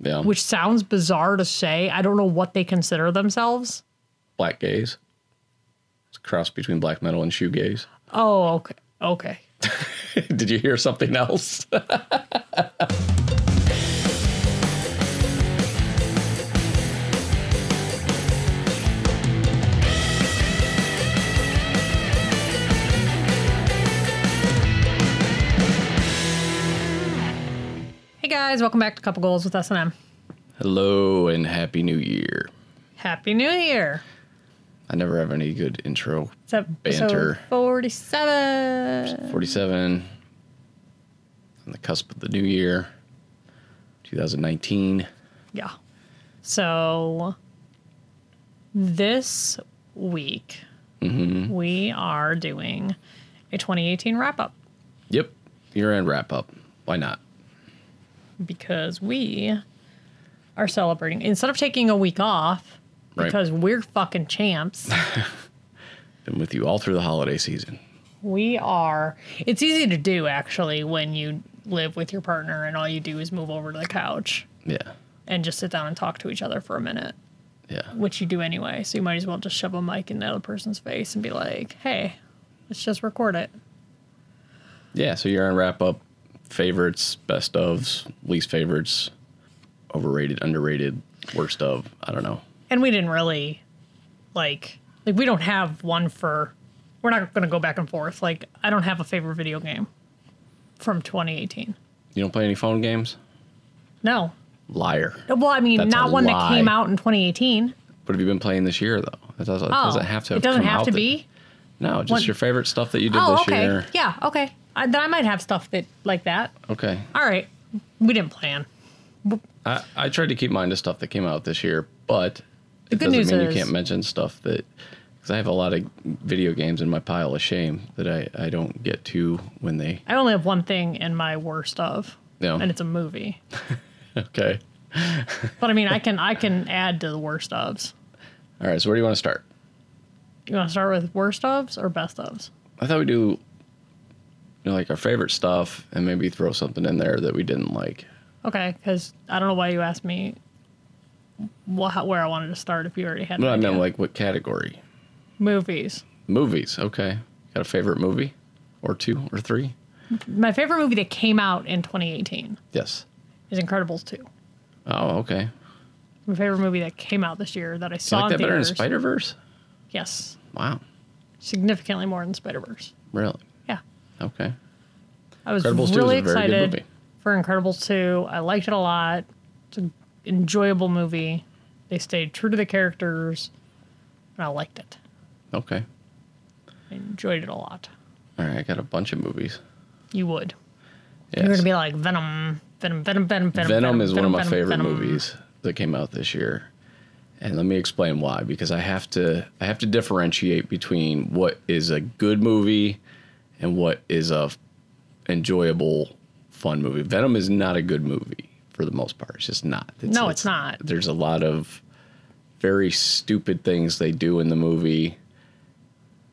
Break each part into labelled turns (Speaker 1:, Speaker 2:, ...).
Speaker 1: Yeah.
Speaker 2: which sounds bizarre to say. I don't know what they consider themselves.
Speaker 1: black gaze. It's a cross between black metal and shoegaze.
Speaker 2: Oh, okay. Okay.
Speaker 1: Did you hear something else?
Speaker 2: Hey guys, welcome back to Couple Goals with S&M.
Speaker 1: Hello and happy new year.
Speaker 2: Happy New Year.
Speaker 1: I never have any good intro.
Speaker 2: It's episode
Speaker 1: Banter.
Speaker 2: 47.
Speaker 1: 47 on the cusp of the new year 2019.
Speaker 2: Yeah. So this week
Speaker 1: Mm-hmm.
Speaker 2: we are doing a 2018 wrap up
Speaker 1: Yep. Year end wrap up. Why not?
Speaker 2: because we are celebrating instead of taking a week off
Speaker 1: Right.
Speaker 2: because we're fucking champs.
Speaker 1: Been with you all through the holiday season.
Speaker 2: We are. It's easy to do actually when you live with your partner and all you do is move over to the couch
Speaker 1: Yeah.
Speaker 2: and just sit down and talk to each other for a minute,
Speaker 1: Yeah.
Speaker 2: which you do anyway. So you might as well just shove a mic in the other person's face and be like, "Hey, let's just record it."
Speaker 1: Yeah. So year end wrap up favorites, best ofs, least favorites, overrated, underrated, worst of. I don't know.
Speaker 2: And we didn't really like like we don't have one for we're not going to go back and forth. Like I don't have a favorite video game from 2018.
Speaker 1: You don't play any phone games?
Speaker 2: No.
Speaker 1: Liar.
Speaker 2: Well, I mean,
Speaker 1: That's a
Speaker 2: not one that
Speaker 1: lie.
Speaker 2: came out in 2018.
Speaker 1: What have you been playing this year, though? It doesn't, it
Speaker 2: Oh,
Speaker 1: doesn't have to.
Speaker 2: It doesn't
Speaker 1: come
Speaker 2: have
Speaker 1: out
Speaker 2: to
Speaker 1: that-
Speaker 2: be.
Speaker 1: no, just
Speaker 2: What-
Speaker 1: your favorite stuff that you did
Speaker 2: Oh,
Speaker 1: this
Speaker 2: okay.
Speaker 1: year.
Speaker 2: Yeah, okay. I, then I might have stuff that like that.
Speaker 1: Okay.
Speaker 2: All right, we didn't plan.
Speaker 1: I, I tried to keep mine to stuff that came out this year, but it
Speaker 2: good
Speaker 1: doesn't
Speaker 2: news
Speaker 1: mean
Speaker 2: is-
Speaker 1: you can't mention stuff that. Because I have a lot of video games in my pile of shame that I, I don't get to when they.
Speaker 2: I only have one thing in my worst of,
Speaker 1: No.
Speaker 2: and it's a movie.
Speaker 1: Okay.
Speaker 2: But I mean, I can I can add to the worst ofs.
Speaker 1: All right. So where do you want to start?
Speaker 2: You want to start with worst ofs or best ofs?
Speaker 1: I thought we do you know, like our favorite stuff and maybe throw something in there that we didn't like.
Speaker 2: Okay, because I don't know why you asked me wh- how- where I wanted to start if you already had. an
Speaker 1: No, I meant
Speaker 2: idea.
Speaker 1: like what category?
Speaker 2: movies.
Speaker 1: Movies. Okay. Got a favorite movie or two or three?
Speaker 2: My favorite movie that came out in 2018
Speaker 1: Yes.
Speaker 2: is Incredibles 2.
Speaker 1: Oh, okay.
Speaker 2: My favorite movie that came out this year that I
Speaker 1: Do
Speaker 2: saw
Speaker 1: you like
Speaker 2: in
Speaker 1: that better than
Speaker 2: theaters-
Speaker 1: Spider Verse?
Speaker 2: Yes,
Speaker 1: Wow.
Speaker 2: significantly more than Spider Verse.
Speaker 1: Really?
Speaker 2: Yeah.
Speaker 1: Okay.
Speaker 2: I was
Speaker 1: Incredibles 2 is
Speaker 2: really
Speaker 1: a very good
Speaker 2: excited
Speaker 1: movie.
Speaker 2: for Incredibles 2. I liked it a lot. It's an enjoyable movie. They stayed true to the characters, and I liked it.
Speaker 1: Okay.
Speaker 2: I enjoyed it a lot.
Speaker 1: All right. I got a bunch of movies.
Speaker 2: You would.
Speaker 1: Yes.
Speaker 2: You're going to be like, Venom, Venom, Venom, Venom, Venom.
Speaker 1: Venom is one of my
Speaker 2: Venom,
Speaker 1: favorite
Speaker 2: Venom."
Speaker 1: movies that came out this year. And let me explain why because I have to I have to differentiate between what is a good movie and what is a f- enjoyable fun movie. Venom is not a good movie for the most part. It's just not.
Speaker 2: No, it's not.
Speaker 1: There's a lot of very stupid things they do in the movie.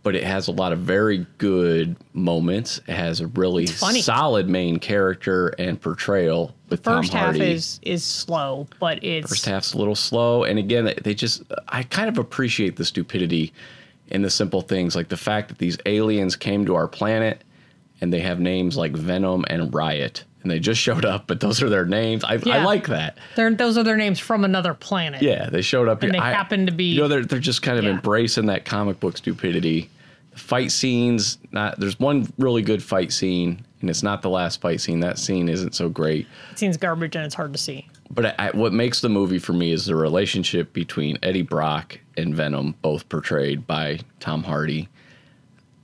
Speaker 1: But it has a lot of very good moments. It has a really
Speaker 2: funny.
Speaker 1: solid main character and portrayal with
Speaker 2: First
Speaker 1: Tom
Speaker 2: half
Speaker 1: Hardy.
Speaker 2: is, is slow, but it's.
Speaker 1: First half's a little slow, and again, they just I kind of appreciate the stupidity in the simple things, like the fact that these aliens came to our planet and they have names like Venom and Riot, and they just showed up, but those are their names. I, I
Speaker 2: Yeah.
Speaker 1: like that.
Speaker 2: they're, those are their names from another planet.
Speaker 1: Yeah, they showed up.
Speaker 2: And they
Speaker 1: I-
Speaker 2: happen to be-
Speaker 1: You know, they're they're just kind of
Speaker 2: Yeah.
Speaker 1: embracing that comic book stupidity. The fight scenes, not there's one really good fight scene, and it's not the last fight scene. That scene isn't so great.
Speaker 2: It seems garbage and it's hard to see.
Speaker 1: But I, what makes the movie for me is the relationship between Eddie Brock and Venom, both portrayed by Tom Hardy.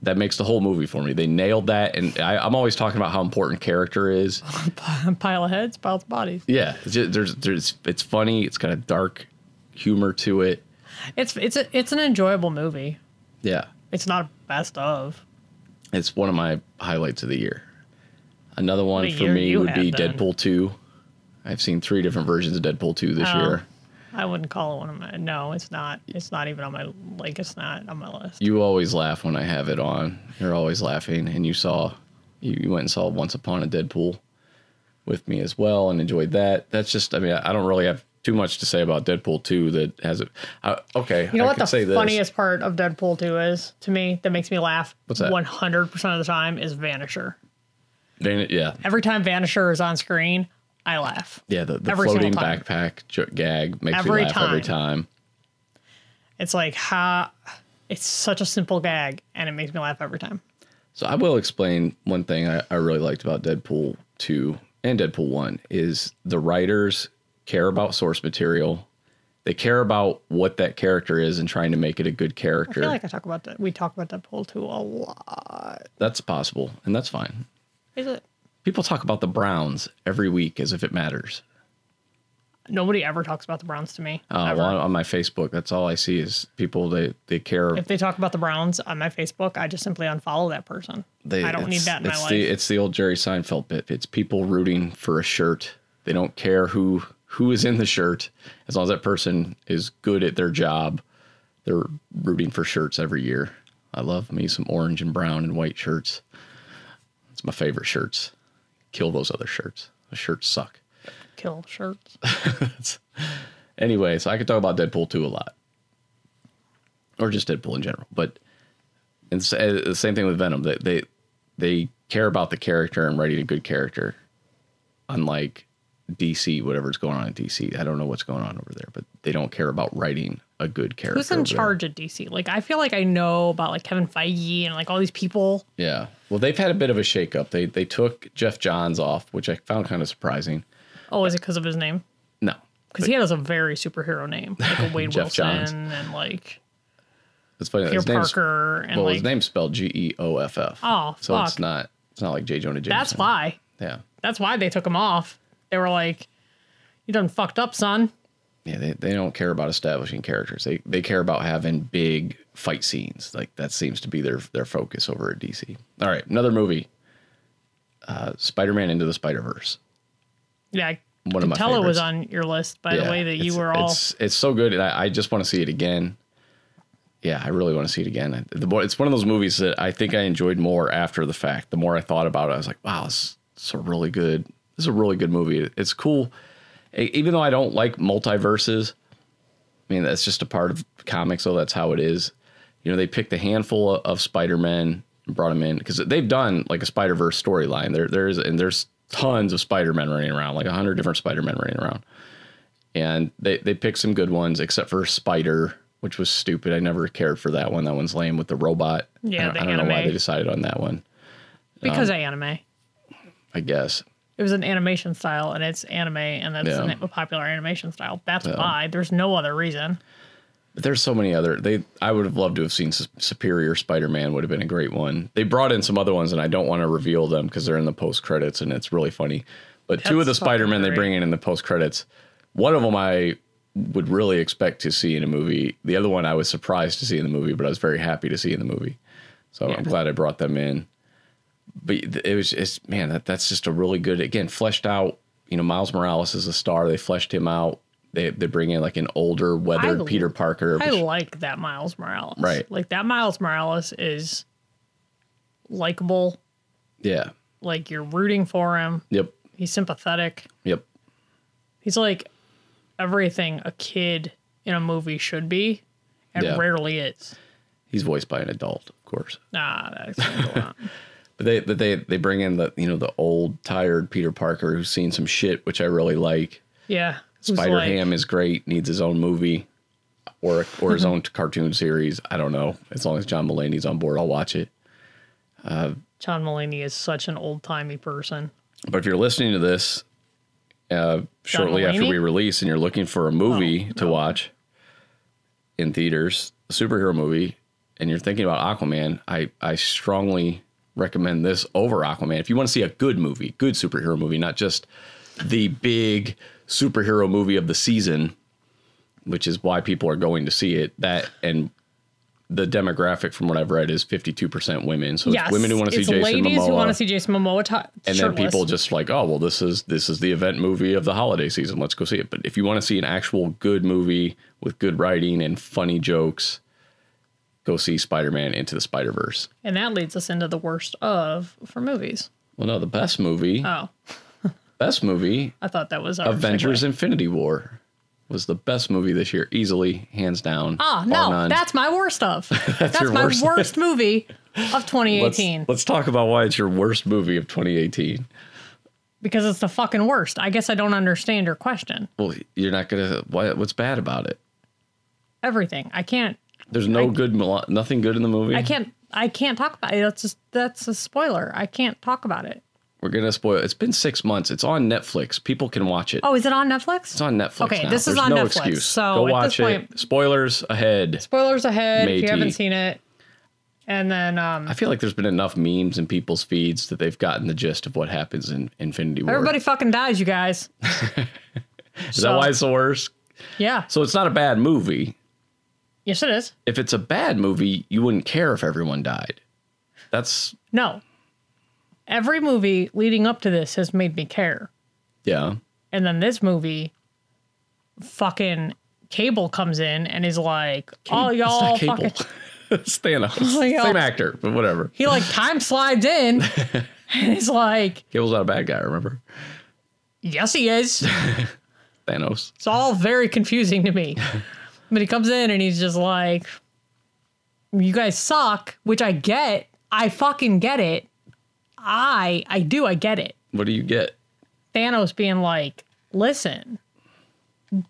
Speaker 1: That makes the whole movie for me. They nailed that, and I, I'm always talking about how important character is.
Speaker 2: Pile of heads, pile of bodies.
Speaker 1: Yeah, it's ju- there's, there's, it's funny. It's got a dark humor to it.
Speaker 2: It's it's a, it's an enjoyable movie.
Speaker 1: Yeah,
Speaker 2: It's not best of.
Speaker 1: it's one of my highlights of the year. Another one
Speaker 2: What a
Speaker 1: for
Speaker 2: year
Speaker 1: me
Speaker 2: you
Speaker 1: would be
Speaker 2: had then.
Speaker 1: Deadpool two. I've seen three different versions of Deadpool two this
Speaker 2: Oh.
Speaker 1: year.
Speaker 2: I wouldn't call it one of my. No, it's not. It's not even on my like. It's not on my list.
Speaker 1: You always laugh when I have it on. You're always laughing, and you saw, you, you went and saw Once Upon a Deadpool, with me as well and enjoyed that. That's just, I mean, I I don't really have too much to say about Deadpool 2 that has it. I, okay.
Speaker 2: You know
Speaker 1: I
Speaker 2: what
Speaker 1: could
Speaker 2: the
Speaker 1: say this.
Speaker 2: funniest part of Deadpool 2 is to me that makes me laugh
Speaker 1: What's that?
Speaker 2: 100% of the time is Vanisher.
Speaker 1: Van- yeah.
Speaker 2: Every time Vanisher is on screen, I laugh.
Speaker 1: Yeah. The, the
Speaker 2: Every single
Speaker 1: floating
Speaker 2: time.
Speaker 1: backpack j- gag makes
Speaker 2: Every
Speaker 1: me laugh every time.
Speaker 2: It's like ha it's such a simple gag and it makes me laugh every time.
Speaker 1: So I will explain one thing I, I really liked about Deadpool 2 and Deadpool 1 is the writers care about source material. They care about what that character is and trying to make it a good
Speaker 2: I
Speaker 1: character.
Speaker 2: feel like I talk about that. We talk about Deadpool 2 a lot.
Speaker 1: that's possible and that's fine.
Speaker 2: Is it?
Speaker 1: People talk about the Browns every week as if it matters.
Speaker 2: Nobody ever talks about the Browns to me.
Speaker 1: Uh,
Speaker 2: ever.
Speaker 1: well, on, on my Facebook, that's all I see is people they they care.
Speaker 2: if they talk about the Browns on my Facebook, I just simply unfollow that person.
Speaker 1: They,
Speaker 2: I don't need
Speaker 1: it's-
Speaker 2: that in my
Speaker 1: it's
Speaker 2: life.
Speaker 1: The, it's the old Jerry Seinfeld bit. It's people rooting for a shirt. They don't care who who is in the shirt as long as that person is good at their job. They're rooting for shirts every year. I love me some orange and brown and white shirts. It's my favorite shirts. Kill those other shirts. The shirts suck.
Speaker 2: Kill shirts.
Speaker 1: Anyway, so I could talk about Deadpool 2 a lot. Or just Deadpool in general. But and s- uh, the same thing with Venom. They, they they care about the character and writing a good character. Unlike DC, whatever's going on in DC. I don't know what's going on over there, but they don't care about writing a good character.
Speaker 2: Who's in
Speaker 1: over there.
Speaker 2: charge at DC? Like, I feel like I know about like Kevin Feige and like all these people.
Speaker 1: Yeah. Well, they've had a bit of a shakeup. They they took Jeff Johns off, which I found kind of surprising.
Speaker 2: Oh, is it because of his name?
Speaker 1: No.
Speaker 2: Because he has a very superhero name, like a Wade
Speaker 1: Jeff
Speaker 2: Wilson
Speaker 1: Johns.
Speaker 2: and like
Speaker 1: It's funny.
Speaker 2: Peter
Speaker 1: his name's,
Speaker 2: Parker and
Speaker 1: well,
Speaker 2: like
Speaker 1: his name's spelled G E O F F.
Speaker 2: Oh,
Speaker 1: So it's
Speaker 2: fuck.
Speaker 1: not it's not like J. Jonah Jameson.
Speaker 2: that's why.
Speaker 1: Yeah.
Speaker 2: That's why they took him off. They were like, "You done fucked up, son."
Speaker 1: Yeah, they, they don't care about establishing characters. They they care about having big fight scenes. Like that seems to be their their focus over at DC. All right, another movie. Uh, Spider-Man into the Spider-Verse.
Speaker 2: Yeah, I
Speaker 1: One of
Speaker 2: could
Speaker 1: my
Speaker 2: tell it was
Speaker 1: favorites.
Speaker 2: on your list by the way that you
Speaker 1: it's-
Speaker 2: were all.
Speaker 1: It's, it's so good. And I, I just want to see it again. Yeah, I really want to see it again. I- The, more- it's one of those movies that I think I enjoyed more after the fact. The more I thought about it, I was like, wow, this, this is a really good. This is a really good movie. It's cool. E- Even though I don't like multiverses, I mean that's just a part of comics, so that's how it is. You know, they picked a handful of, of Spider Men and brought them in because they've done like a Spider Verse storyline. There, there's and there's tons of Spider Men running around, like hundred different Spider Men running around and they they picked some good ones except for Spider, which was stupid. I never cared for that one. That one's lame with the robot.
Speaker 2: Yeah,
Speaker 1: I don't,
Speaker 2: the
Speaker 1: I don't know why
Speaker 2: anime.
Speaker 1: they decided on that one. um,
Speaker 2: because I anime.
Speaker 1: I guess
Speaker 2: It was an animation style, and it's anime, and that's
Speaker 1: Yeah.
Speaker 2: an- a popular animation style. That's why. There's no other reason.
Speaker 1: but there's so many other. They I would have loved to have seen S- Superior Spider-Man would have been a great one. They brought in some other ones, and I don't want to reveal them because they're in the post credits, and it's really funny. But two of the
Speaker 2: That's fucking
Speaker 1: Spider-Men they
Speaker 2: great.
Speaker 1: bring in in the post credits, one of them I would really expect to see in a movie. The other one I was surprised to see in the movie, but I was very happy to see in the movie. So I'm glad I brought them in. but th- it was it's man that that's just a really good again fleshed out you know miles morales is a star they fleshed him out they, they bring in like an older weathered
Speaker 2: I-
Speaker 1: peter parker
Speaker 2: I
Speaker 1: which-
Speaker 2: like that Miles Morales.
Speaker 1: Right.
Speaker 2: Like that Miles Morales is likable.
Speaker 1: yeah
Speaker 2: Like you're rooting for him.
Speaker 1: yep
Speaker 2: He's sympathetic.
Speaker 1: yep
Speaker 2: He's like everything a kid in a movie should be and
Speaker 1: Yeah.
Speaker 2: rarely is.
Speaker 1: he's voiced by an adult of course
Speaker 2: Nah, that explains a lot.
Speaker 1: but they but they they bring in the you know the old tired peter parker who's seen some shit which i really like
Speaker 2: Yeah. Who's
Speaker 1: spider
Speaker 2: like- Mm-hmm.
Speaker 1: ham is great needs his own movie or or his own cartoon series i don't know as long as john mulaney's on board i'll watch it
Speaker 2: John Mulaney is such an old timey person.
Speaker 1: But if you're listening to this uh, shortly after
Speaker 2: Mulaney? Oh,
Speaker 1: we release and you're looking for a movie to watch in theaters, a superhero movie, and you're thinking about Aquaman, I, I strongly recommend this over Aquaman. If you want to see a good movie, good superhero movie, not just the big superhero movie of the season, which is why people are going to see it, that and the demographic from what I've read is 52% women. So it's women who want to see
Speaker 2: it's
Speaker 1: Jason
Speaker 2: ladies
Speaker 1: Momoa
Speaker 2: who want to see Jason Momoa. T-
Speaker 1: and
Speaker 2: shirtless.
Speaker 1: then people just like, oh well, this is this is the event movie of the holiday season. Let's go see it. But if you want to see an actual good movie with good writing and funny jokes, go see Spider Man Into the Spider Verse.
Speaker 2: and that leads us into the worst of for movies.
Speaker 1: Well, no, the best movie.
Speaker 2: Oh,
Speaker 1: Best movie
Speaker 2: I thought that was our
Speaker 1: Avengers
Speaker 2: segue.
Speaker 1: Infinity War was the best movie this year, easily, hands down.
Speaker 2: Ah,
Speaker 1: bar
Speaker 2: no,
Speaker 1: none.
Speaker 2: that's my worst of. that's
Speaker 1: your
Speaker 2: my
Speaker 1: worst.
Speaker 2: worst, movie of
Speaker 1: let's,
Speaker 2: 2018
Speaker 1: let's talk about why it's your worst movie of 2018.
Speaker 2: because it's the fucking worst. I guess I don't understand your question.
Speaker 1: Well, you're not gonna. Why, what's bad about it?
Speaker 2: Everything. I can't.
Speaker 1: There's no good, mel- nothing good in the movie.
Speaker 2: I can't. I can't talk about it. That's just that's a spoiler. I can't talk about it.
Speaker 1: We're gonna spoil. It's been six months. It's on Netflix. People can watch it.
Speaker 2: Oh, is it on Netflix?
Speaker 1: It's on Netflix.
Speaker 2: Okay,
Speaker 1: now.
Speaker 2: this is
Speaker 1: There's
Speaker 2: on
Speaker 1: no
Speaker 2: Netflix,
Speaker 1: Excuse.
Speaker 2: so
Speaker 1: go
Speaker 2: at this
Speaker 1: watch it.
Speaker 2: point-
Speaker 1: Spoilers ahead.
Speaker 2: Spoilers ahead if
Speaker 1: Matey.
Speaker 2: you haven't seen it. And then um,
Speaker 1: I feel like there's been enough memes in people's feeds that they've gotten the gist of what happens in Infinity War.
Speaker 2: everybody fucking dies, you guys.
Speaker 1: is that why it's the worst?
Speaker 2: Yeah.
Speaker 1: So it's not a bad movie.
Speaker 2: Yes, it is.
Speaker 1: If it's a bad movie, you wouldn't care if everyone died. That's
Speaker 2: No. Every movie leading up to this has made me care.
Speaker 1: yeah.
Speaker 2: And then this movie, fucking Cable comes in and is like, oh, y'all
Speaker 1: it's not
Speaker 2: fucking.
Speaker 1: cable. Thanos,
Speaker 2: y'all-
Speaker 1: same actor, but whatever.
Speaker 2: He like time slides in and is like,
Speaker 1: Cable's not a bad guy. Remember
Speaker 2: yes, he is.
Speaker 1: Thanos?
Speaker 2: It's all very confusing to me. but he comes in and he's just like, you guys suck, which I get. I fucking get it. I, I do. I get it.
Speaker 1: What do you get?
Speaker 2: Thanos being like, "Listen,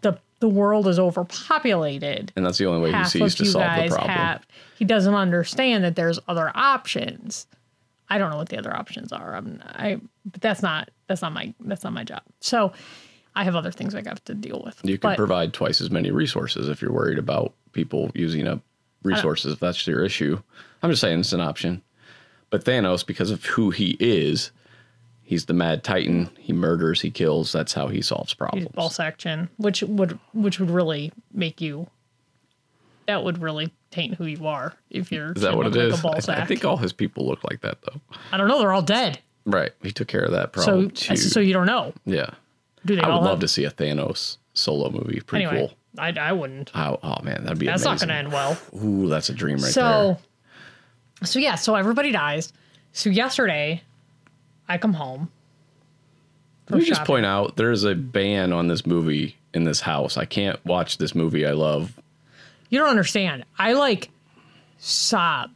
Speaker 2: the the world is overpopulated.
Speaker 1: And that's the only way
Speaker 2: Half
Speaker 1: he sees
Speaker 2: of
Speaker 1: to
Speaker 2: you
Speaker 1: solve the
Speaker 2: guys
Speaker 1: problem.
Speaker 2: have." He doesn't understand that there's other options. I don't know what the other options are. I'm, I but that's not that's not my that's not my job. So I have other things I have to deal with.
Speaker 1: You could
Speaker 2: But
Speaker 1: provide twice as many resources if you're worried about people using up resources. If that's your issue, I'm just saying it's an option. But Thanos, because of who he is, he's the Mad Titan. He murders, he kills. That's how he solves
Speaker 2: use
Speaker 1: problems.
Speaker 2: ball section, which would which would really make you. That would really taint who you are if you're.
Speaker 1: Is that what it
Speaker 2: like
Speaker 1: is?
Speaker 2: A ball
Speaker 1: I,
Speaker 2: sack.
Speaker 1: I think all his people look like that though.
Speaker 2: I don't know. They're all dead.
Speaker 1: Right. He took care of that
Speaker 2: So
Speaker 1: problem too.
Speaker 2: so you don't know.
Speaker 1: yeah.
Speaker 2: Do they
Speaker 1: Oh, I
Speaker 2: all
Speaker 1: would
Speaker 2: have
Speaker 1: love to see a Thanos solo movie. Pretty
Speaker 2: anyway,
Speaker 1: cool.
Speaker 2: I, I wouldn't.
Speaker 1: How, oh man, that'd be
Speaker 2: That's not
Speaker 1: amazing.
Speaker 2: going to end well.
Speaker 1: Ooh, that's a dream right
Speaker 2: so, so yeah, so everybody dies. So yesterday, I come home.
Speaker 1: Let
Speaker 2: from
Speaker 1: me just
Speaker 2: shopping.
Speaker 1: point out there is a ban on this movie in this house. I can't watch this movie I love.
Speaker 2: You don't understand. I like sob.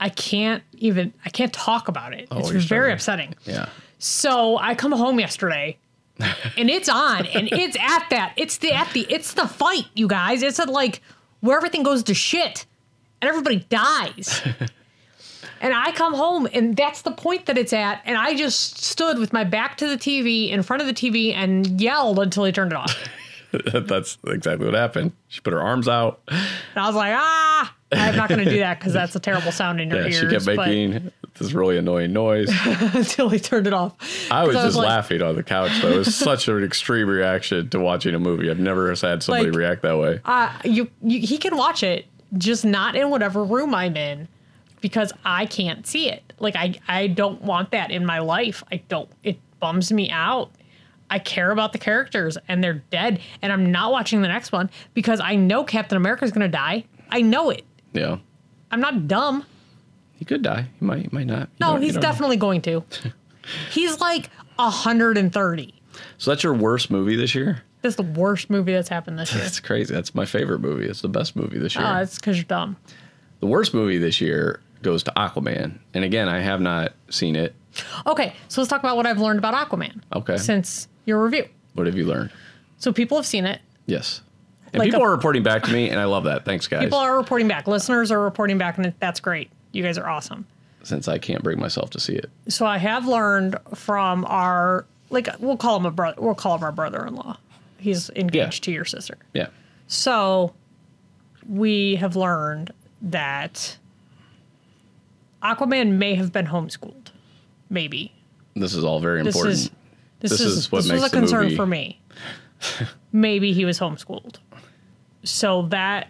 Speaker 2: I can't even. I can't talk about it. it's
Speaker 1: Oh, you're
Speaker 2: very
Speaker 1: starting.
Speaker 2: upsetting.
Speaker 1: Yeah.
Speaker 2: So I come home yesterday, and it's on, and it's at that. It's the at the. It's the fight, you guys. It's at like where everything goes to shit, and everybody dies. and I come home, and that's the point that it's at. And I just stood with my back to the TV, in front of the TV, and yelled until he turned it off.
Speaker 1: That's exactly what happened. She put her arms out.
Speaker 2: And I was like, ah, I'm not going to do that because that's a terrible sound in your
Speaker 1: Yeah,
Speaker 2: ears.
Speaker 1: she kept
Speaker 2: but-
Speaker 1: making this really annoying noise.
Speaker 2: until he turned it off.
Speaker 1: I was
Speaker 2: 'Cause
Speaker 1: just
Speaker 2: like-
Speaker 1: laughing on the couch though. It was such an extreme reaction to watching a movie. I've never had somebody
Speaker 2: Like-
Speaker 1: react that way.
Speaker 2: uh, you, you he can watch it just not in whatever room i'm in because i can't see it like i i don't want that in my life i don't it bums me out i care about the characters and they're dead and i'm not watching the next one because i know captain america's gonna die i know it
Speaker 1: yeah.
Speaker 2: i'm not dumb
Speaker 1: He could die. He might he might not. You
Speaker 2: no
Speaker 1: don't- you
Speaker 2: he's
Speaker 1: don't know.
Speaker 2: definitely going to he's like 130
Speaker 1: So that's your worst movie this year?
Speaker 2: that's the worst movie that's happened this year
Speaker 1: That's crazy. That's my favorite movie. It's the best movie this year.
Speaker 2: uh, it's because you're dumb
Speaker 1: the worst movie this year goes to Aquaman. And again, I have not seen it.
Speaker 2: Okay, so let's talk about what I've learned about Aquaman.
Speaker 1: Okay.
Speaker 2: Since your review.
Speaker 1: What have you learned?
Speaker 2: So people have seen it.
Speaker 1: Yes. And
Speaker 2: Like
Speaker 1: people
Speaker 2: a-
Speaker 1: are reporting back to me, and I love that. Thanks, guys.
Speaker 2: People are reporting back. Listeners are reporting back, and that's great. You guys are awesome.
Speaker 1: Since I can't bring myself to see it.
Speaker 2: So I have learned from our like we'll call him a brother. We'll call him our brother-in-law. He's engaged to your sister.
Speaker 1: Yeah.
Speaker 2: So we have learned that Aquaman may have been homeschooled. Maybe
Speaker 1: This is all very
Speaker 2: this
Speaker 1: important.
Speaker 2: is this,
Speaker 1: This
Speaker 2: is,
Speaker 1: is what
Speaker 2: this was
Speaker 1: makes
Speaker 2: a
Speaker 1: the
Speaker 2: concern
Speaker 1: movie-
Speaker 2: for me. Maybe he was homeschooled, so that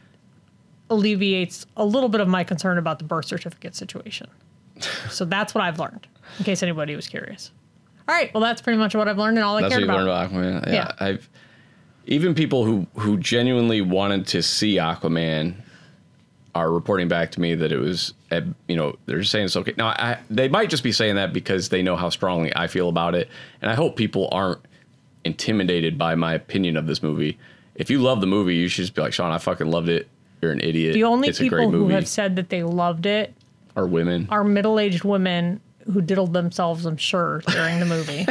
Speaker 2: alleviates a little bit of my concern about the birth certificate situation. So that's what I've learned. In case anybody was curious. All right. Well, that's pretty much what I've learned and all I
Speaker 1: That's what
Speaker 2: cared
Speaker 1: you learned
Speaker 2: about.
Speaker 1: about Aquaman. Yeah,
Speaker 2: Yeah.
Speaker 1: I've even people who who genuinely wanted to see Aquaman are reporting back to me that it was, at, you know, they're saying it's okay. Now, I, they might just be saying that because they know how strongly I feel about it, and I hope people aren't intimidated by my opinion of this movie. If you love the movie, you should just be like, Sean, I fucking loved it. You're an idiot.
Speaker 2: The only
Speaker 1: it's a great
Speaker 2: people who
Speaker 1: movie.
Speaker 2: have said that they loved it
Speaker 1: are women.
Speaker 2: are middle aged women who diddled themselves, I'm sure, during the movie.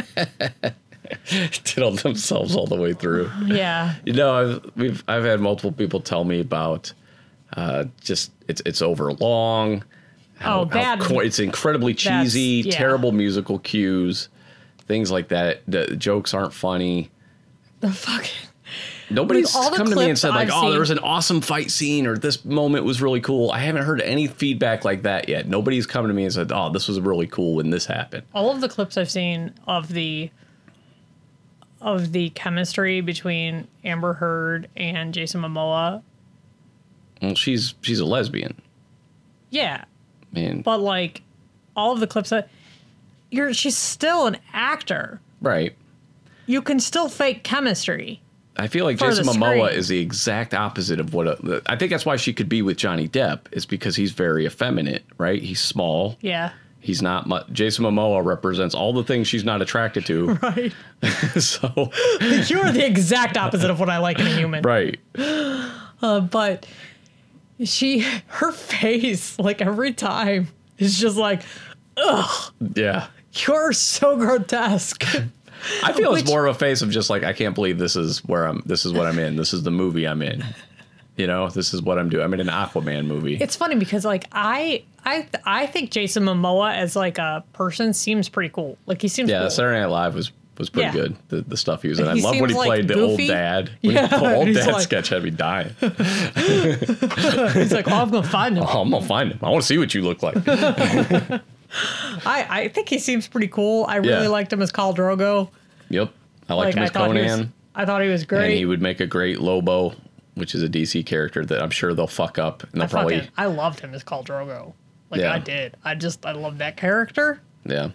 Speaker 1: diddled themselves all the way through.
Speaker 2: yeah.
Speaker 1: You know, I've we've I've had multiple people tell me about uh, just it's it's overlong.
Speaker 2: Oh, bad.
Speaker 1: co- it's incredibly
Speaker 2: That's-
Speaker 1: cheesy,
Speaker 2: yeah.
Speaker 1: terrible musical cues, things like that. The jokes aren't funny.
Speaker 2: the fucking.
Speaker 1: Nobody's
Speaker 2: all the
Speaker 1: come to me and
Speaker 2: clips
Speaker 1: said like,
Speaker 2: I've
Speaker 1: "Oh,
Speaker 2: seen-
Speaker 1: there was an awesome fight scene" or "This moment was really cool." I haven't heard any feedback like that yet. Nobody's come to me and said, "Oh, this was really cool when this happened."
Speaker 2: all of the clips I've seen of the of the chemistry between Amber Heard and Jason Momoa.
Speaker 1: Well, she's she's a lesbian.
Speaker 2: Yeah,
Speaker 1: I mean,
Speaker 2: but like all of the clips that you're she's still an actor.
Speaker 1: right?
Speaker 2: You can still fake chemistry.
Speaker 1: I feel like
Speaker 2: For
Speaker 1: Jason
Speaker 2: the
Speaker 1: Momoa
Speaker 2: screen.
Speaker 1: is the exact opposite of what a, I think that's why she could be with Johnny Depp is because he's very effeminate, right? He's small.
Speaker 2: Yeah.
Speaker 1: He's not mu Jason Momoa represents all the things she's not attracted to.
Speaker 2: Right.
Speaker 1: so,
Speaker 2: you are the exact opposite of what I like in a human.
Speaker 1: right.
Speaker 2: Uh, but she her face like every time is just like
Speaker 1: Yeah.
Speaker 2: you're so grotesque.
Speaker 1: I feel
Speaker 2: Which-
Speaker 1: it's more of a face of just like I can't believe this is where I'm this is what I'm in. This is the movie I'm in. You know, this is what I'm doing. I'm in an Aquaman movie.
Speaker 2: it's funny because like I I I think Jason Momoa as like a person seems pretty cool. Like he seems
Speaker 1: yeah,
Speaker 2: cool.
Speaker 1: Saturday Night Live was was pretty
Speaker 2: Yeah.
Speaker 1: good. The, the stuff he was in. I
Speaker 2: He
Speaker 1: love when
Speaker 2: seems,
Speaker 1: he
Speaker 2: like,
Speaker 1: played the old
Speaker 2: goofy.
Speaker 1: dad. When
Speaker 2: Yeah,
Speaker 1: he, the old
Speaker 2: he's
Speaker 1: dad
Speaker 2: like-
Speaker 1: sketch had me dying.
Speaker 2: He's like, oh, I'm gonna find him.
Speaker 1: Oh, I'm gonna find him. I want to see what you look like.
Speaker 2: I I think he seems pretty cool. I really
Speaker 1: Yeah.
Speaker 2: liked him as Khal Drogo.
Speaker 1: yep, I liked
Speaker 2: Like
Speaker 1: him
Speaker 2: I
Speaker 1: as
Speaker 2: thought he was,
Speaker 1: Conan,
Speaker 2: I thought he was
Speaker 1: and
Speaker 2: great.
Speaker 1: he would make a great Lobo, which is a DC character that I'm sure they'll fuck up, and they'll
Speaker 2: I
Speaker 1: probably
Speaker 2: fucking I loved him as Khal Drogo. Like
Speaker 1: Yeah.
Speaker 2: I did. I just I loved that character.
Speaker 1: yeah.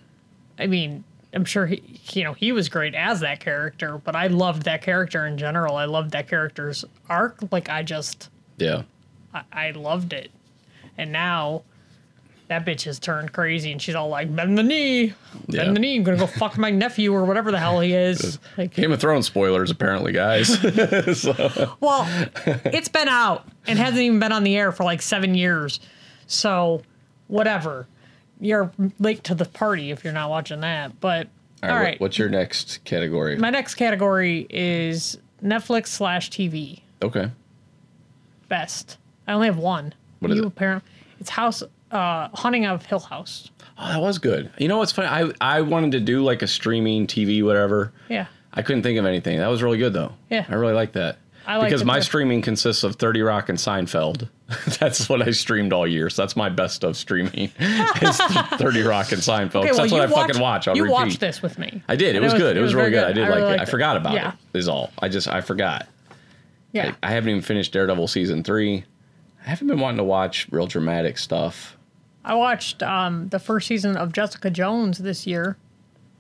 Speaker 2: I mean, I'm sure he you know he was great as that character, but I loved that character in general. I loved that character's arc. Like I just
Speaker 1: Yeah.
Speaker 2: I, I loved it. And now that bitch has turned crazy and she's all like, bend the knee, bend
Speaker 1: Yeah.
Speaker 2: the knee. I'm going to go fuck my nephew or whatever the hell he is. Like,
Speaker 1: Game of Thrones spoilers, apparently, guys. so,
Speaker 2: well, it's been out and hasn't even been on the air for like seven years. So, whatever. You're late to the party if you're not watching that. But, all
Speaker 1: All right,
Speaker 2: right.
Speaker 1: what's your next category?
Speaker 2: my next category is Netflix slash TV
Speaker 1: okay.
Speaker 2: best. I only have one.
Speaker 1: What is
Speaker 2: you
Speaker 1: it?
Speaker 2: apparently, it's House, uh, Haunting of Hill House.
Speaker 1: Oh, that was good. You know what's funny? I I wanted to do like a streaming TV whatever.
Speaker 2: Yeah.
Speaker 1: I couldn't think of anything. That was really good though.
Speaker 2: Yeah.
Speaker 1: I really like that.
Speaker 2: I liked
Speaker 1: because
Speaker 2: it,
Speaker 1: my
Speaker 2: too.
Speaker 1: streaming consists of 30 Rock and Seinfeld. That's what I streamed all year. So that's my best of streaming. is 30 Rock and Seinfeld. 'Cause that's what I
Speaker 2: you watched-
Speaker 1: fucking watch. I'll
Speaker 2: you
Speaker 1: repeat.
Speaker 2: watched this with me.
Speaker 1: I did. It
Speaker 2: And
Speaker 1: was, good. It was, really
Speaker 2: very
Speaker 1: good. I did like
Speaker 2: really
Speaker 1: it. I
Speaker 2: liked
Speaker 1: forgot about
Speaker 2: yeah.
Speaker 1: it. Is all. I just I forgot.
Speaker 2: Yeah.
Speaker 1: I haven't even finished Daredevil season 3. I haven't been wanting to watch real dramatic stuff.
Speaker 2: I watched um, the first season of Jessica Jones this year,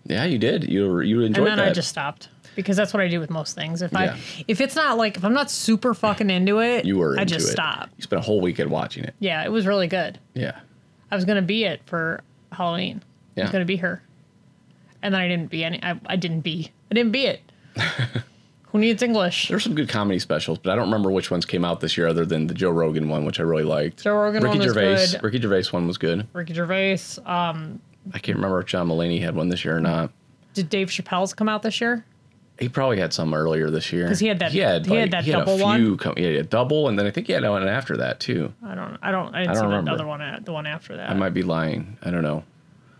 Speaker 1: Yeah, you did. You you
Speaker 2: and
Speaker 1: enjoyed
Speaker 2: then
Speaker 1: that.
Speaker 2: I just stopped because that's what I do with most things. If
Speaker 1: Yeah.
Speaker 2: I if it's not like if I'm not super fucking into it,
Speaker 1: you were
Speaker 2: I
Speaker 1: into
Speaker 2: just
Speaker 1: it.
Speaker 2: stop.
Speaker 1: You spent a whole weekend watching it.
Speaker 2: Yeah, it was really good.
Speaker 1: Yeah.
Speaker 2: I was gonna be it for Halloween. I
Speaker 1: Yeah.
Speaker 2: was gonna be her, and then I didn't be any. I, I didn't be. I didn't be it. Who needs English?
Speaker 1: There's some good comedy specials, but I don't remember which ones came out this year other than the Joe Rogan one, which I really liked.
Speaker 2: Joe Rogan
Speaker 1: Ricky
Speaker 2: one was
Speaker 1: Gervais.
Speaker 2: good.
Speaker 1: Ricky Gervais one was good.
Speaker 2: Ricky Gervais. Uh,
Speaker 1: I can't remember if John Mulaney had one this year or not.
Speaker 2: did Dave Chappelle's come out this year?
Speaker 1: He probably had some earlier this year. Because
Speaker 2: he had that-
Speaker 1: He had,
Speaker 2: he had
Speaker 1: like-
Speaker 2: that
Speaker 1: he had
Speaker 2: double
Speaker 1: a
Speaker 2: one.
Speaker 1: few Com- yeah, yeah, double, and then I think he had one after that too.
Speaker 2: I don't. I don't. I didn't
Speaker 1: don't
Speaker 2: see
Speaker 1: remember.
Speaker 2: the other one. uh, The one after that.
Speaker 1: I might be lying. I don't know.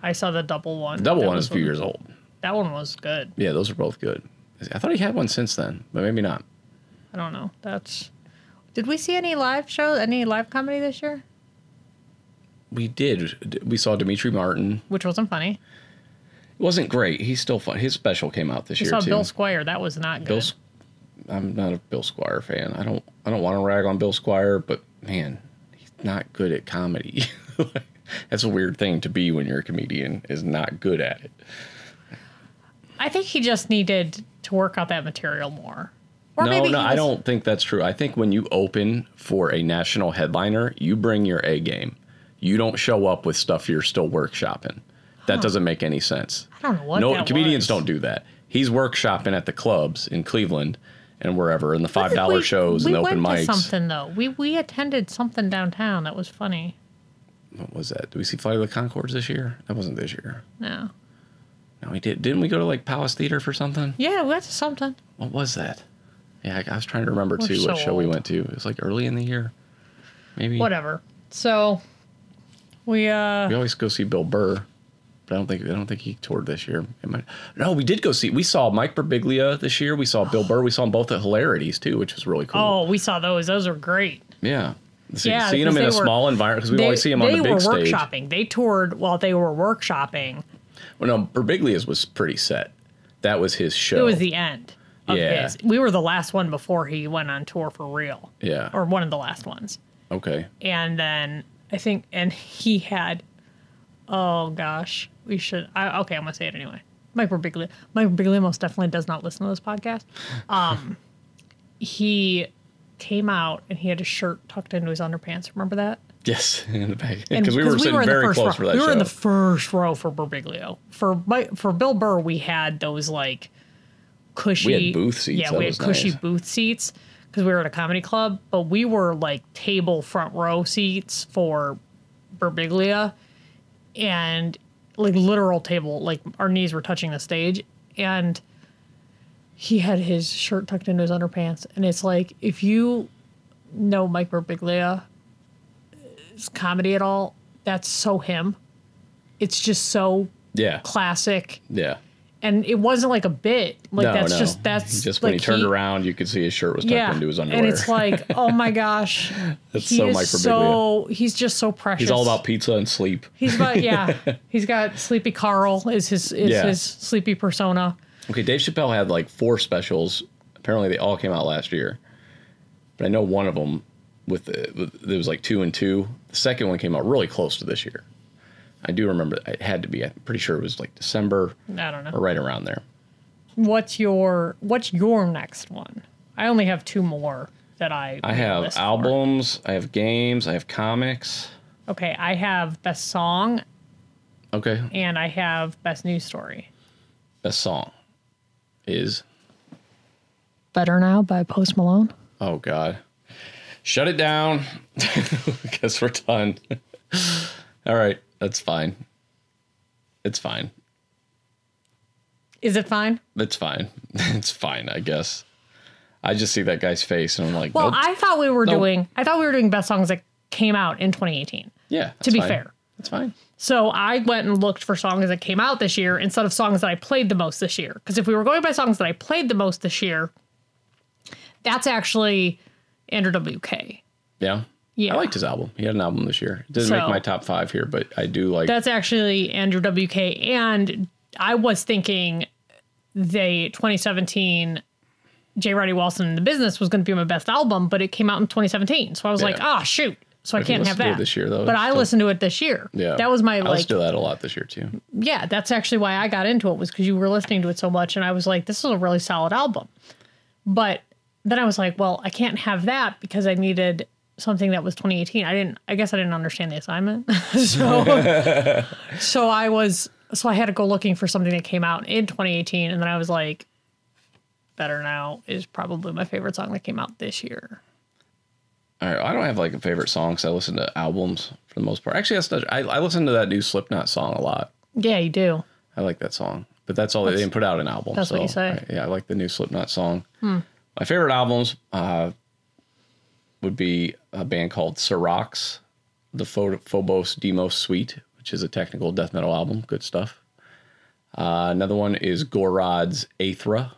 Speaker 2: I saw the double one.
Speaker 1: Double
Speaker 2: That
Speaker 1: one
Speaker 2: was
Speaker 1: is a few years old.
Speaker 2: That one was good.
Speaker 1: Yeah, those are both good. I thought he had one since then, but maybe not.
Speaker 2: I don't know. That's. Did we see any live show? Any live comedy this year?
Speaker 1: We did. We saw Dimitri Martin.
Speaker 2: Which wasn't funny.
Speaker 1: It wasn't great. He's still fun. His special came out this
Speaker 2: We
Speaker 1: year
Speaker 2: saw
Speaker 1: too.
Speaker 2: Bill Squire. That was not good.
Speaker 1: Bill, S- I'm not a Bill Squire fan. I don't I don't want to rag on Bill Squire, but man, he's not good at comedy. That's a weird thing to be when you're a comedian is not good at it.
Speaker 2: I think he just needed to work out that material more. Or
Speaker 1: no,
Speaker 2: maybe
Speaker 1: no,
Speaker 2: he
Speaker 1: I
Speaker 2: was-
Speaker 1: don't think that's true. I think when you open for a national headliner, you bring your A game. You don't show up with stuff you're still workshopping. That doesn't make any sense.
Speaker 2: I don't know what
Speaker 1: No,
Speaker 2: that
Speaker 1: comedians
Speaker 2: was.
Speaker 1: don't do that. He's workshopping at the clubs in Cleveland and wherever, and the
Speaker 2: I
Speaker 1: five
Speaker 2: think
Speaker 1: dollar
Speaker 2: we-
Speaker 1: shows
Speaker 2: we
Speaker 1: and the open
Speaker 2: went to
Speaker 1: mics.
Speaker 2: something though. We we attended something downtown that was funny.
Speaker 1: What was that? Did we see Flight of the Concords this year? That wasn't this year.
Speaker 2: No.
Speaker 1: No, we did. Didn't we go to like Palace Theater for something?
Speaker 2: Yeah, we went to something.
Speaker 1: What was that? Yeah, I, I was trying to remember
Speaker 2: We're
Speaker 1: too what
Speaker 2: so
Speaker 1: show we
Speaker 2: old.
Speaker 1: went to. It was like early in the year, maybe.
Speaker 2: Whatever. So we uh
Speaker 1: We always go see Bill Burr, but I don't think I don't think he toured this year. It might- no, we did go see. We saw Mike Birbiglia this year. We saw Bill Burr. We saw them both at Hilarities too, which was really cool.
Speaker 2: Oh, we saw those. Those are great.
Speaker 1: yeah. See,
Speaker 2: Yeah,
Speaker 1: seeing them in a
Speaker 2: because they were-
Speaker 1: small environment because we
Speaker 2: they
Speaker 1: always see him on
Speaker 2: they
Speaker 1: the
Speaker 2: were
Speaker 1: big stage.
Speaker 2: workshopping. They toured while they were workshopping.
Speaker 1: Well, no, Birbiglia's was pretty set. That was his show.
Speaker 2: It was the end of
Speaker 1: Yeah.
Speaker 2: his. We were the last one before he went on tour for real.
Speaker 1: yeah.
Speaker 2: Or one of the last ones.
Speaker 1: okay.
Speaker 2: and then I think and he had oh gosh we should I, okay I'm gonna say it anyway Mike Birbiglia Mike Birbiglia most definitely does not listen to this podcast um he came out and he had his shirt tucked into his underpants remember that
Speaker 1: Yes, in the back
Speaker 2: And-
Speaker 1: because we were sitting
Speaker 2: in the
Speaker 1: very
Speaker 2: first
Speaker 1: close
Speaker 2: row.
Speaker 1: for that
Speaker 2: we
Speaker 1: show.
Speaker 2: were in the first row for Birbiglio for Mike- for Bill Burr we had those like cushy
Speaker 1: We had booth seats.
Speaker 2: yeah
Speaker 1: That
Speaker 2: we
Speaker 1: was
Speaker 2: had cushy
Speaker 1: nice.
Speaker 2: booth seats because we were at a comedy club but we were like table front row seats for Birbiglia and like literal table like our knees were touching the stage and he had his shirt tucked into his underpants and it's like if you know Mike Birbiglia's comedy at all that's so him it's just so
Speaker 1: yeah,
Speaker 2: classic
Speaker 1: yeah.
Speaker 2: and it wasn't like a bit like
Speaker 1: no,
Speaker 2: that's
Speaker 1: no.
Speaker 2: just that's
Speaker 1: just
Speaker 2: like
Speaker 1: when he turned around, you could see his shirt was tucked
Speaker 2: yeah
Speaker 1: into his underwear.
Speaker 2: and it's like oh my gosh
Speaker 1: That's
Speaker 2: he
Speaker 1: so
Speaker 2: is
Speaker 1: Mike Birbiglia.
Speaker 2: so he's just so precious
Speaker 1: He's all about pizza and sleep.
Speaker 2: He's about yeah. He's got Sleepy Carl is his is
Speaker 1: Yeah.
Speaker 2: his sleepy persona.
Speaker 1: Okay, Dave Chappelle had like four specials. Apparently, they all came out last year, but I know one of them with the, with- there was like two and two. The second one came out really close to this year. I do remember it had to be. I'm pretty sure it was like December
Speaker 2: I don't
Speaker 1: or
Speaker 2: know.
Speaker 1: right around there.
Speaker 2: What's your what's your next one? I only have two more that I
Speaker 1: I
Speaker 2: made a
Speaker 1: have
Speaker 2: list for.
Speaker 1: albums, I have games, I have comics.
Speaker 2: Okay, I have best song
Speaker 1: Okay,
Speaker 2: and I have best news story.
Speaker 1: best song is
Speaker 2: Better now by Post Malone.
Speaker 1: oh god, shut it down. Guess we're done. all right, that's fine. It's fine.
Speaker 2: Is it fine?
Speaker 1: That's fine. It's fine, I guess. I just see that guy's face and I'm like,
Speaker 2: Well,
Speaker 1: nope.
Speaker 2: I thought we were
Speaker 1: Nope.
Speaker 2: doing I thought we were doing best songs that came out in 2018.
Speaker 1: yeah.
Speaker 2: to
Speaker 1: that's
Speaker 2: be
Speaker 1: fine.
Speaker 2: fair.
Speaker 1: that's fine.
Speaker 2: So I went and looked for songs that came out this year instead of songs that I played the most this year. Because if we were going by songs that I played the most this year, that's actually Andrew WK.
Speaker 1: Yeah.
Speaker 2: Yeah.
Speaker 1: I liked his album. He had an album this year. It didn't make
Speaker 2: So-
Speaker 1: my top five here, but I do like.
Speaker 2: That's actually Andrew WK. And I was thinking the 2017 J. Roddy Wilson and the Business was going to be my best album, but it came out in 2017. So I was like,
Speaker 1: Yeah.
Speaker 2: ah, shoot. So I
Speaker 1: you
Speaker 2: can't
Speaker 1: listened
Speaker 2: have
Speaker 1: to it
Speaker 2: that.
Speaker 1: this year, though,
Speaker 2: But
Speaker 1: it's
Speaker 2: I
Speaker 1: still-
Speaker 2: listened to it this year.
Speaker 1: yeah.
Speaker 2: That was my
Speaker 1: I
Speaker 2: like
Speaker 1: listened to that a lot this year too.
Speaker 2: yeah, that's actually why I got into it was because you were listening to it so much, and I was like, this is a really solid album. But then I was like, well, I can't have that because I needed something that was 2018. I didn't. I guess I didn't understand the assignment, so so I was so I had to go looking for something that came out in 2018, and then I was like, Better Now is probably my favorite song that came out this year.
Speaker 1: All right. I don't have like a favorite song because I listen to albums for the most part. Actually, that's not, I, I listen to that new Slipknot song a lot.
Speaker 2: Yeah, you do.
Speaker 1: I like that song, but that's all they didn't put out an album.
Speaker 2: that's what you
Speaker 1: so
Speaker 2: say. Hmm.
Speaker 1: I- yeah, I like the new Slipknot song. My favorite albums uh, would be a band called Sirox, the Pho- Phobos Demos Suite, which is a technical death metal album. Good stuff. Uh, another one is Gorod's Aethra.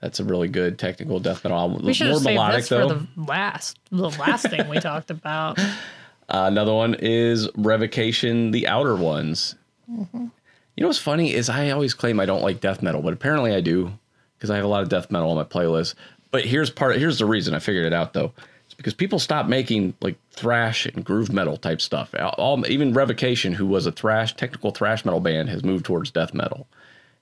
Speaker 1: That's a really good technical death metal album.
Speaker 2: We should have saved this for the last the last thing we talked about.
Speaker 1: Uh, another one is Revocation, the Outer Ones.
Speaker 2: Mm-hmm.
Speaker 1: You know what's funny is I always claim I don't like death metal, but apparently I do because I have a lot of death metal on my playlist. But here's part. Here's the reason I figured it out though. It's because people stopped making like thrash and groove metal type stuff. All, even Revocation, who was a thrash technical thrash metal band, has moved towards death metal.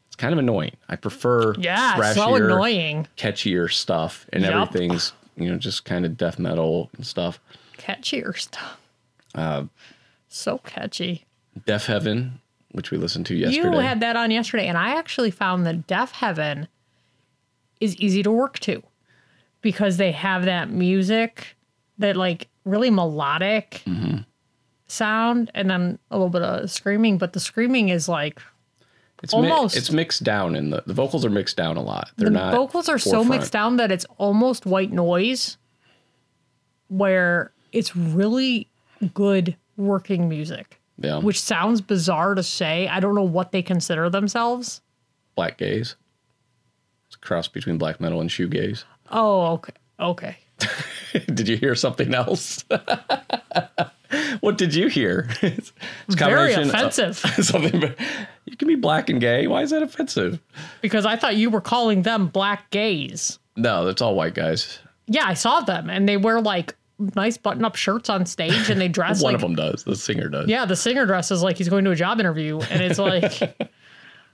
Speaker 1: It's kind of annoying. I prefer
Speaker 2: Yeah,
Speaker 1: thrashier,
Speaker 2: so annoying.
Speaker 1: catchier stuff, and
Speaker 2: Yup.
Speaker 1: everything's you know just kind of death metal and stuff.
Speaker 2: Catchier stuff.
Speaker 1: Uh,
Speaker 2: so catchy.
Speaker 1: Deaf Heaven, which we listened to yesterday.
Speaker 2: You had that on yesterday, and I actually found that Deaf Heaven is easy to work to because they have that music that like really melodic
Speaker 1: Mm-hmm.
Speaker 2: sound, and then a little bit of screaming. But the screaming is like
Speaker 1: it's mi-
Speaker 2: almost-
Speaker 1: it's mixed down in the the vocals are mixed down a lot. They're
Speaker 2: the
Speaker 1: not
Speaker 2: vocals are so mixed down that it's almost white noise, where it's really good working music.
Speaker 1: Yeah,
Speaker 2: Which sounds bizarre to say. I don't know what they consider themselves.
Speaker 1: black gaze. It's a cross between black metal and shoegaze.
Speaker 2: Oh, okay. Okay.
Speaker 1: Did you hear something else? what did you hear? It's a
Speaker 2: Very
Speaker 1: combination of-
Speaker 2: offensive.
Speaker 1: something. but You can be black and gay. Why is that offensive?
Speaker 2: because I thought you were calling them black gays.
Speaker 1: No, that's all white guys.
Speaker 2: Yeah, I saw them, and they wear like nice button-up shirts on stage, and they dress
Speaker 1: One of
Speaker 2: like
Speaker 1: them does. The singer does.
Speaker 2: yeah, the singer dresses like he's going to a job interview, and it's like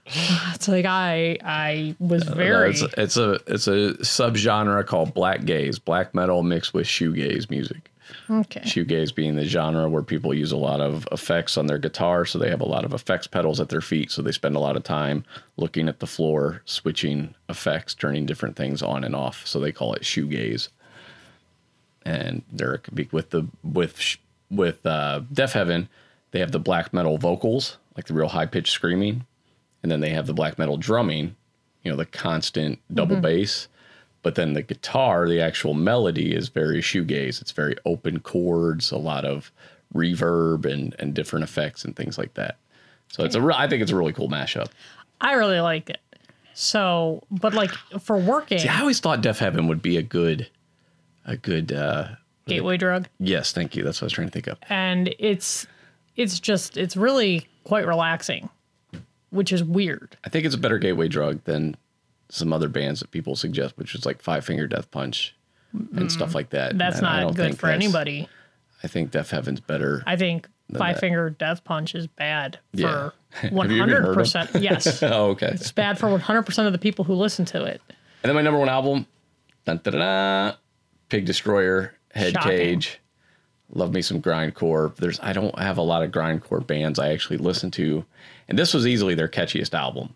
Speaker 2: it's like I I was
Speaker 1: No,
Speaker 2: very
Speaker 1: it's, it's Uh, a it's a subgenre called black gaze, black metal mixed with shoegaze music.
Speaker 2: okay.
Speaker 1: Shoegaze being the genre where people use a lot of effects on their guitar, so they have a lot of effects pedals at their feet, so they spend a lot of time looking at the floor, switching effects, turning different things on and off. So they call it shoegaze. And there could be with the with sh- with uh, Deaf Heaven, they have the black metal vocals, like the real high pitched screaming, and then they have the black metal drumming, you know, the constant double bass. But then the guitar, the actual melody is very shoegaze. It's very open chords, a lot of reverb and and different effects and things like that. So it's a re- I think it's a really cool mashup.
Speaker 2: I really liked it. So, but like for working
Speaker 1: I always thought Deaf Heaven would be a good a good uh
Speaker 2: gateway drug,
Speaker 1: yes, thank you. That's what I was trying to think of.
Speaker 2: and it's it's just it's really quite relaxing, which is weird.
Speaker 1: I think it's a better gateway drug than some other bands that people suggest, which is like Five Finger Death Punch and stuff like that.
Speaker 2: Mm, That's
Speaker 1: And I
Speaker 2: not
Speaker 1: don't
Speaker 2: good
Speaker 1: think
Speaker 2: for
Speaker 1: that's-
Speaker 2: anybody.
Speaker 1: I think Deaf Heaven's better.
Speaker 2: I think Five
Speaker 1: that.
Speaker 2: Finger Death Punch is bad
Speaker 1: Yeah.
Speaker 2: for
Speaker 1: Have you even heard 'em?
Speaker 2: 100%. yes. It's
Speaker 1: oh, okay. And
Speaker 2: bad for 100% of the people who listen to it.
Speaker 1: then my number one album, dun, dun, dun, dun, Pig Destroyer, Head
Speaker 2: Shocking.
Speaker 1: Cage. Love me some grindcore. There's I don't have a lot of grindcore bands I actually listen to, and this was easily their catchiest album.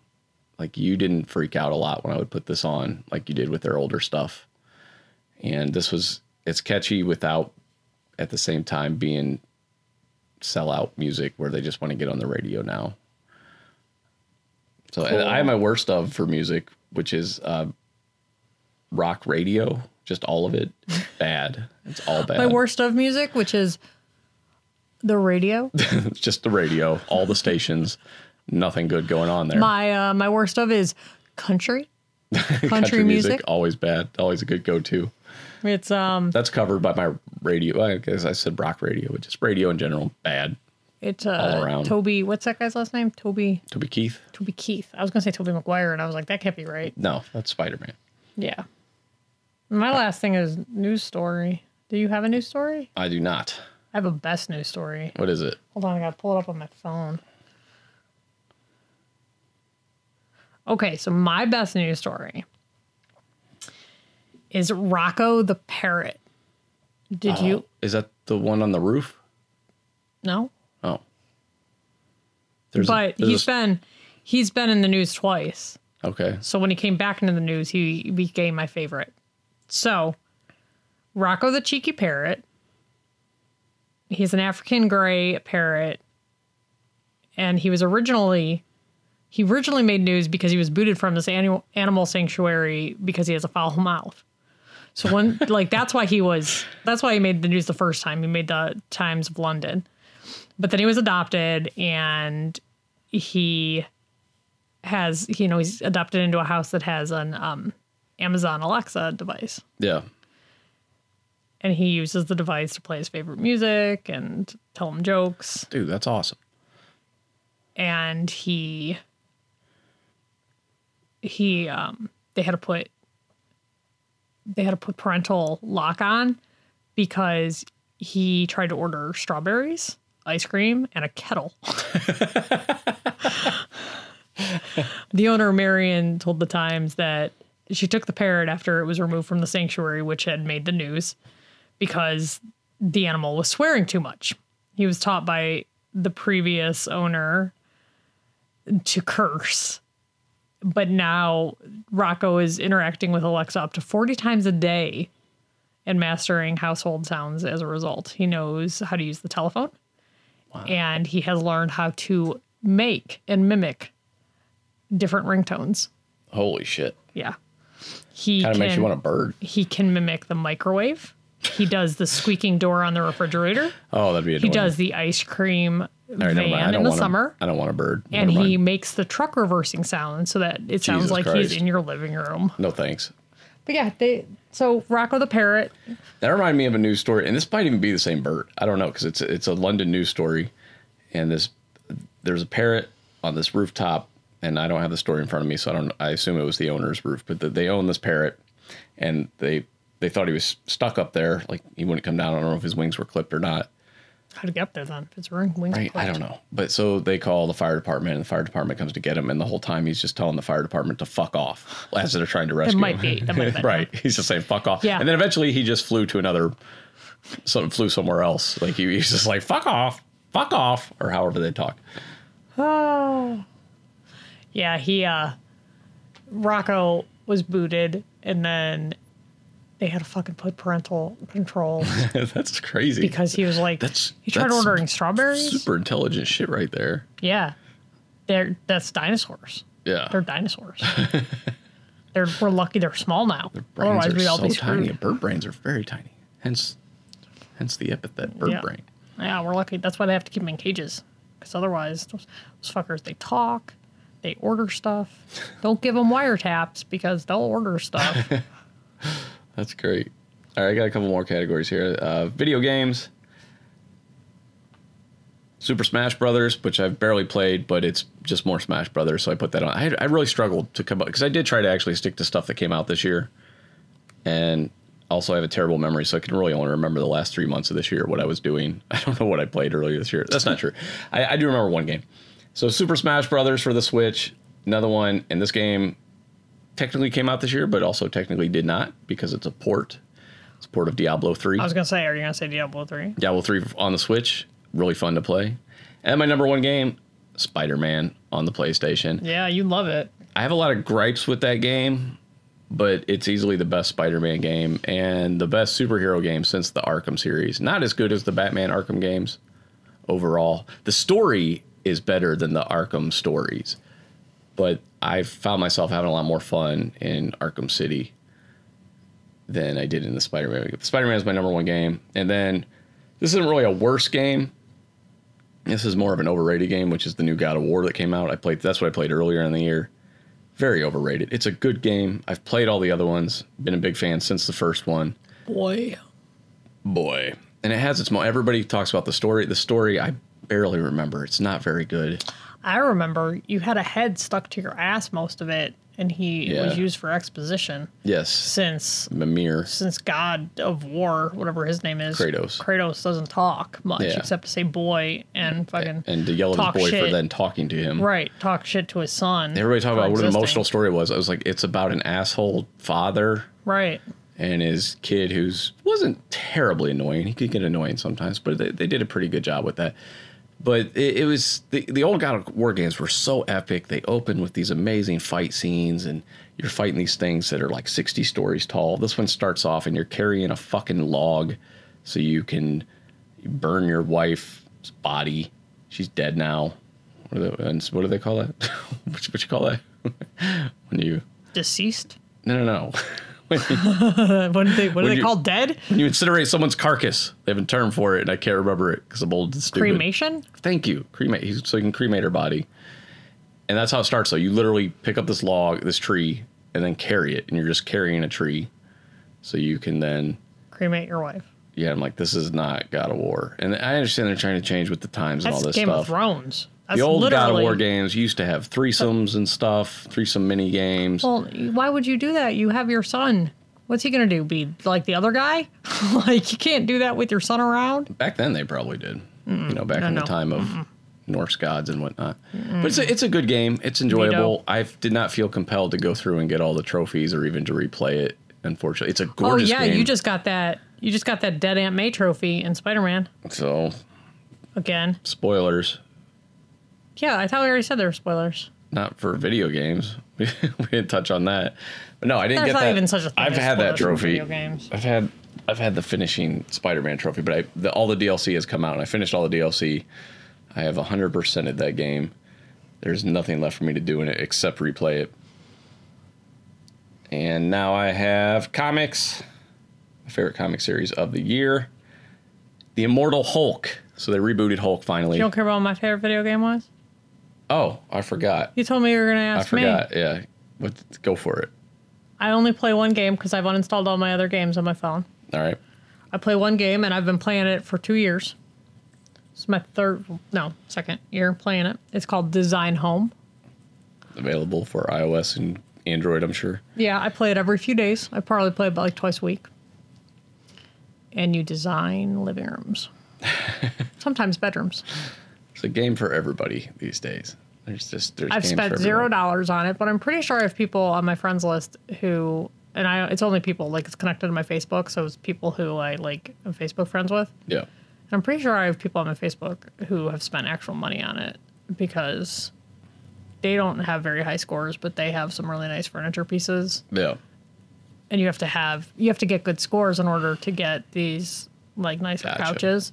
Speaker 1: Like you didn't freak out a lot when I would put this on, like you did with their older stuff. And this was it's catchy without at the same time being sellout music where they just want to get on the radio now. So and I have my worst of for music, which is uh, rock radio, just all of it bad. It's all bad.
Speaker 2: My worst of music, which is the radio.
Speaker 1: It's just the radio, all the stations, nothing good going on there.
Speaker 2: my uh, my worst of is country. Country, music.
Speaker 1: always bad, always a good go-to.
Speaker 2: It's um
Speaker 1: That's covered by my radio. I guess I said rock radio, but just radio in general, bad.
Speaker 2: it's
Speaker 1: All
Speaker 2: uh
Speaker 1: around.
Speaker 2: Toby, what's that guy's last name? Toby
Speaker 1: Toby Keith?
Speaker 2: Toby Keith. I was going to say Toby McGuire and I was like that can't be right.
Speaker 1: No, that's Spider-Man.
Speaker 2: Yeah. My last thing is news story. Do you have a news story?
Speaker 1: I do not.
Speaker 2: I have a best news story.
Speaker 1: What is it?
Speaker 2: Hold on, I gotta pull it up on my phone. Okay, so my best news story is Rocco the parrot. Did you
Speaker 1: Is that the one on the roof?
Speaker 2: no?
Speaker 1: Oh. There's a-
Speaker 2: But
Speaker 1: there's
Speaker 2: he's
Speaker 1: a-
Speaker 2: been he's been in the news twice.
Speaker 1: Okay.
Speaker 2: So when he came back into the news, he became my favorite. So Rocco the cheeky parrot. He's an African gray parrot. And he was originally he originally made news because he was booted from this annual animal sanctuary because he has a foul mouth. So when like that's why he was that's why he made the news the first time. He made the Times of London. But then he was adopted and he has you know he's adopted into a house that has an um, Amazon Alexa device,
Speaker 1: Yeah.
Speaker 2: and he uses the device to play his favorite music and tell him jokes,
Speaker 1: Dude, that's awesome.
Speaker 2: and he he um they had to put they had to put parental lock on because he tried to order strawberries, ice cream, and a kettle. The owner, Marion, told the Times that she took the parrot after it was removed from the sanctuary, which had made the news because the animal was swearing too much. He was taught by the previous owner to curse. But now Rocco is interacting with Alexa up to 40 times a day and mastering household sounds as a result. He knows how to use the telephone and he has learned how to make and mimic different ringtones.
Speaker 1: Holy shit.
Speaker 2: Yeah. He
Speaker 1: Kind of
Speaker 2: can,
Speaker 1: makes you want a bird.
Speaker 2: he can mimic the microwave. He does the squeaking door on the refrigerator.
Speaker 1: Oh, that'd be
Speaker 2: He
Speaker 1: annoying.
Speaker 2: does the ice cream
Speaker 1: All right, never mind. I
Speaker 2: van
Speaker 1: don't
Speaker 2: in the
Speaker 1: want a-
Speaker 2: summer.
Speaker 1: I don't want a bird.
Speaker 2: and
Speaker 1: Never
Speaker 2: he
Speaker 1: mind.
Speaker 2: makes the truck reversing sound so that it sounds
Speaker 1: Jesus
Speaker 2: like
Speaker 1: Christ.
Speaker 2: he's in your living room.
Speaker 1: No thanks.
Speaker 2: But yeah, they so Rocco the parrot.
Speaker 1: That reminded me of a news story, and this might even be the same bird. I don't know because it's it's a London news story, and this there's a parrot on this rooftop, and I don't have the story in front of me, so I don't. I assume it was the owner's roof, but the, they own this parrot, and they they thought he was stuck up there, like he wouldn't come down. I don't know if his wings were clipped or not.
Speaker 2: How to get up there then? If it's ring wings.
Speaker 1: Right? I don't know. But so they call the fire department, and the fire department comes to get him, and the whole time he's just telling the fire department to fuck off as they're trying to rescue
Speaker 2: might
Speaker 1: him.
Speaker 2: be- that might have been
Speaker 1: right. He's just saying fuck off.
Speaker 2: Yeah.
Speaker 1: And then eventually he just flew to another, some flew somewhere else. Like he, he's just like fuck off, fuck off, or however they talk.
Speaker 2: Yeah, he uh Rocco was booted and then they had to fucking put parental control
Speaker 1: That's crazy.
Speaker 2: because he was like
Speaker 1: That's-
Speaker 2: he tried
Speaker 1: that's
Speaker 2: ordering strawberries.
Speaker 1: super intelligent shit right there.
Speaker 2: Yeah. They're that's dinosaurs.
Speaker 1: Yeah.
Speaker 2: They're dinosaurs. they're we're lucky they're small now.
Speaker 1: brains
Speaker 2: Otherwise
Speaker 1: are
Speaker 2: we'd all
Speaker 1: so
Speaker 2: be
Speaker 1: tiny.
Speaker 2: screwed.
Speaker 1: Bird brains are very tiny. Hence, hence the epithet bird
Speaker 2: Yeah.
Speaker 1: brain.
Speaker 2: Yeah, we're lucky. That's why they have to keep them in cages. Because otherwise, those, those fuckers, they talk, they order stuff. Don't give them wiretaps because they'll order stuff.
Speaker 1: That's great. All right, I got a couple more categories here. Uh, video games. Super Smash Brothers, which I've barely played, but it's just more Smash Brothers, so I put that on. I, I really struggled to come up because I did try to actually stick to stuff that came out this year, and also I have a terrible memory, so I can really only remember the last three months of this year what I was doing. I don't know what I played earlier this year. That's not true. I, I do remember one game. So Super Smash Brothers for the Switch, another one, and this game technically came out this year, but also technically did not because it's a port. It's a port of Diablo three.
Speaker 2: I was going to say, are you going to say Diablo 3?
Speaker 1: Diablo 3 on the Switch, really fun to play. And my number one game, Spider Man on the PlayStation.
Speaker 2: Yeah, you love it.
Speaker 1: I have a lot of gripes with that game, but it's easily the best Spider Man game and the best superhero game since the Arkham series. Not as good as the Batman Arkham games overall. The story is better than the Arkham stories, but I found myself having a lot more fun in Arkham City than I did in the Spider Man. Spider Man is my number one game. And then this isn't really a worse game. This is more of an overrated game, which is the new God of War that came out. I played that's what I played earlier in the year. Very overrated. It's a good game. I've played all the other ones. Been a big fan since the first one
Speaker 2: Boy.
Speaker 1: boy and it has its mo everybody talks about the story the story i barely remember it's not very good
Speaker 2: I remember you had a head stuck to your ass most of it, and he
Speaker 1: Yeah.
Speaker 2: was used for exposition
Speaker 1: yes
Speaker 2: since
Speaker 1: mimir
Speaker 2: since God of War, whatever his name is,
Speaker 1: Kratos.
Speaker 2: Kratos doesn't talk much
Speaker 1: Yeah.
Speaker 2: except to say boy and fucking
Speaker 1: and to yell at
Speaker 2: Talk
Speaker 1: his boy for
Speaker 2: shit.
Speaker 1: then talking to him
Speaker 2: right talk shit to his son.
Speaker 1: everybody talked
Speaker 2: for
Speaker 1: about what an
Speaker 2: existing.
Speaker 1: emotional story it was i was like it's about an asshole father
Speaker 2: Right.
Speaker 1: and his kid who's wasn't terribly annoying he could get annoying sometimes but they, they did a pretty good job with that but it, it was the, the old god of war games were so epic they opened with these amazing fight scenes and you're fighting these things that are like 60 stories tall this one starts off and you're carrying a fucking log so you can burn your wife's body she's dead now what do they, and what do they call that what, you- what you call that when you
Speaker 2: Deceased.
Speaker 1: no no no
Speaker 2: Uh, What did they? What are they
Speaker 1: you-
Speaker 2: called? Dead
Speaker 1: when you incinerate someone's carcass. They have a term for it, and I can't remember it because I'm old and stupid.
Speaker 2: cremation.
Speaker 1: Thank you. Cremate. he's- So you can cremate her body. And that's how it starts, though. You literally pick up this log, this tree, and then carry it. And you're just carrying a tree. So you can then,
Speaker 2: Cremate your wife.
Speaker 1: yeah, I'm like, this is not God of War. And I understand they're trying to change with the times and
Speaker 2: That's
Speaker 1: all this
Speaker 2: Game
Speaker 1: stuff.
Speaker 2: of Thrones. That's
Speaker 1: the old
Speaker 2: literally,
Speaker 1: God of War games used to have threesomes and stuff, threesome mini games.
Speaker 2: Well, why would you do that? You have your son. What's he gonna do? Be like the other guy? like you can't do that with your son around.
Speaker 1: back then they probably did. You know, back
Speaker 2: No,
Speaker 1: in the
Speaker 2: no.
Speaker 1: time of Norse gods and whatnot. But it's a, it's a good game. It's enjoyable. I did not feel compelled to go through and get all the trophies or even to replay it. Unfortunately, it's a
Speaker 2: Oh
Speaker 1: gorgeous
Speaker 2: yeah,
Speaker 1: game.
Speaker 2: you just got that. You just got that Dead Aunt May trophy in Spider Man
Speaker 1: so
Speaker 2: again.
Speaker 1: spoilers,
Speaker 2: Yeah, I thought we already said there were spoilers.
Speaker 1: not for video games. we didn't touch on that. But no, I didn't
Speaker 2: There's
Speaker 1: get
Speaker 2: not
Speaker 1: that.
Speaker 2: even such a thing.
Speaker 1: I've
Speaker 2: as
Speaker 1: had that
Speaker 2: spoilers for
Speaker 1: trophy.
Speaker 2: Video games.
Speaker 1: I've had I've had the finishing Spider-Man trophy, but I the, all the DLC has come out, and I finished all the DLC. I have hundred percent of that game. There's nothing left for me to do in it except replay it. And now I have comics, my favorite comic series of the year, The Immortal Hulk. So they rebooted Hulk finally.
Speaker 2: You don't care about what my favorite video game was?
Speaker 1: Oh, I forgot.
Speaker 2: You told me you were gonna
Speaker 1: I
Speaker 2: ask me.
Speaker 1: forgot. Yeah, what? Go for it.
Speaker 2: I only play one game because I've uninstalled all my other games on my phone.
Speaker 1: All right.
Speaker 2: I play one game and I've been playing it for two years. It's my third, no, second year playing it. It's called Design Home.
Speaker 1: Available for iOS and Android, I'm sure.
Speaker 2: Yeah, I play it every few days. I probably play it like twice a week. And you design living rooms, sometimes bedrooms.
Speaker 1: It's a game for everybody these days. There's just there's
Speaker 2: I've
Speaker 1: games for
Speaker 2: spent
Speaker 1: everyone.
Speaker 2: zero dollars on it, but I'm pretty sure I have people on my friends list who, and I, it's only people like it's connected to my Facebook, so it's people who I like am Facebook friends with.
Speaker 1: Yeah,
Speaker 2: And I'm pretty sure I have people on my Facebook who have spent actual money on it because they don't have very high scores, but they have some really nice furniture pieces.
Speaker 1: yeah.
Speaker 2: And you have to have you have to get good scores in order to get these like nicer
Speaker 1: Gotcha.
Speaker 2: couches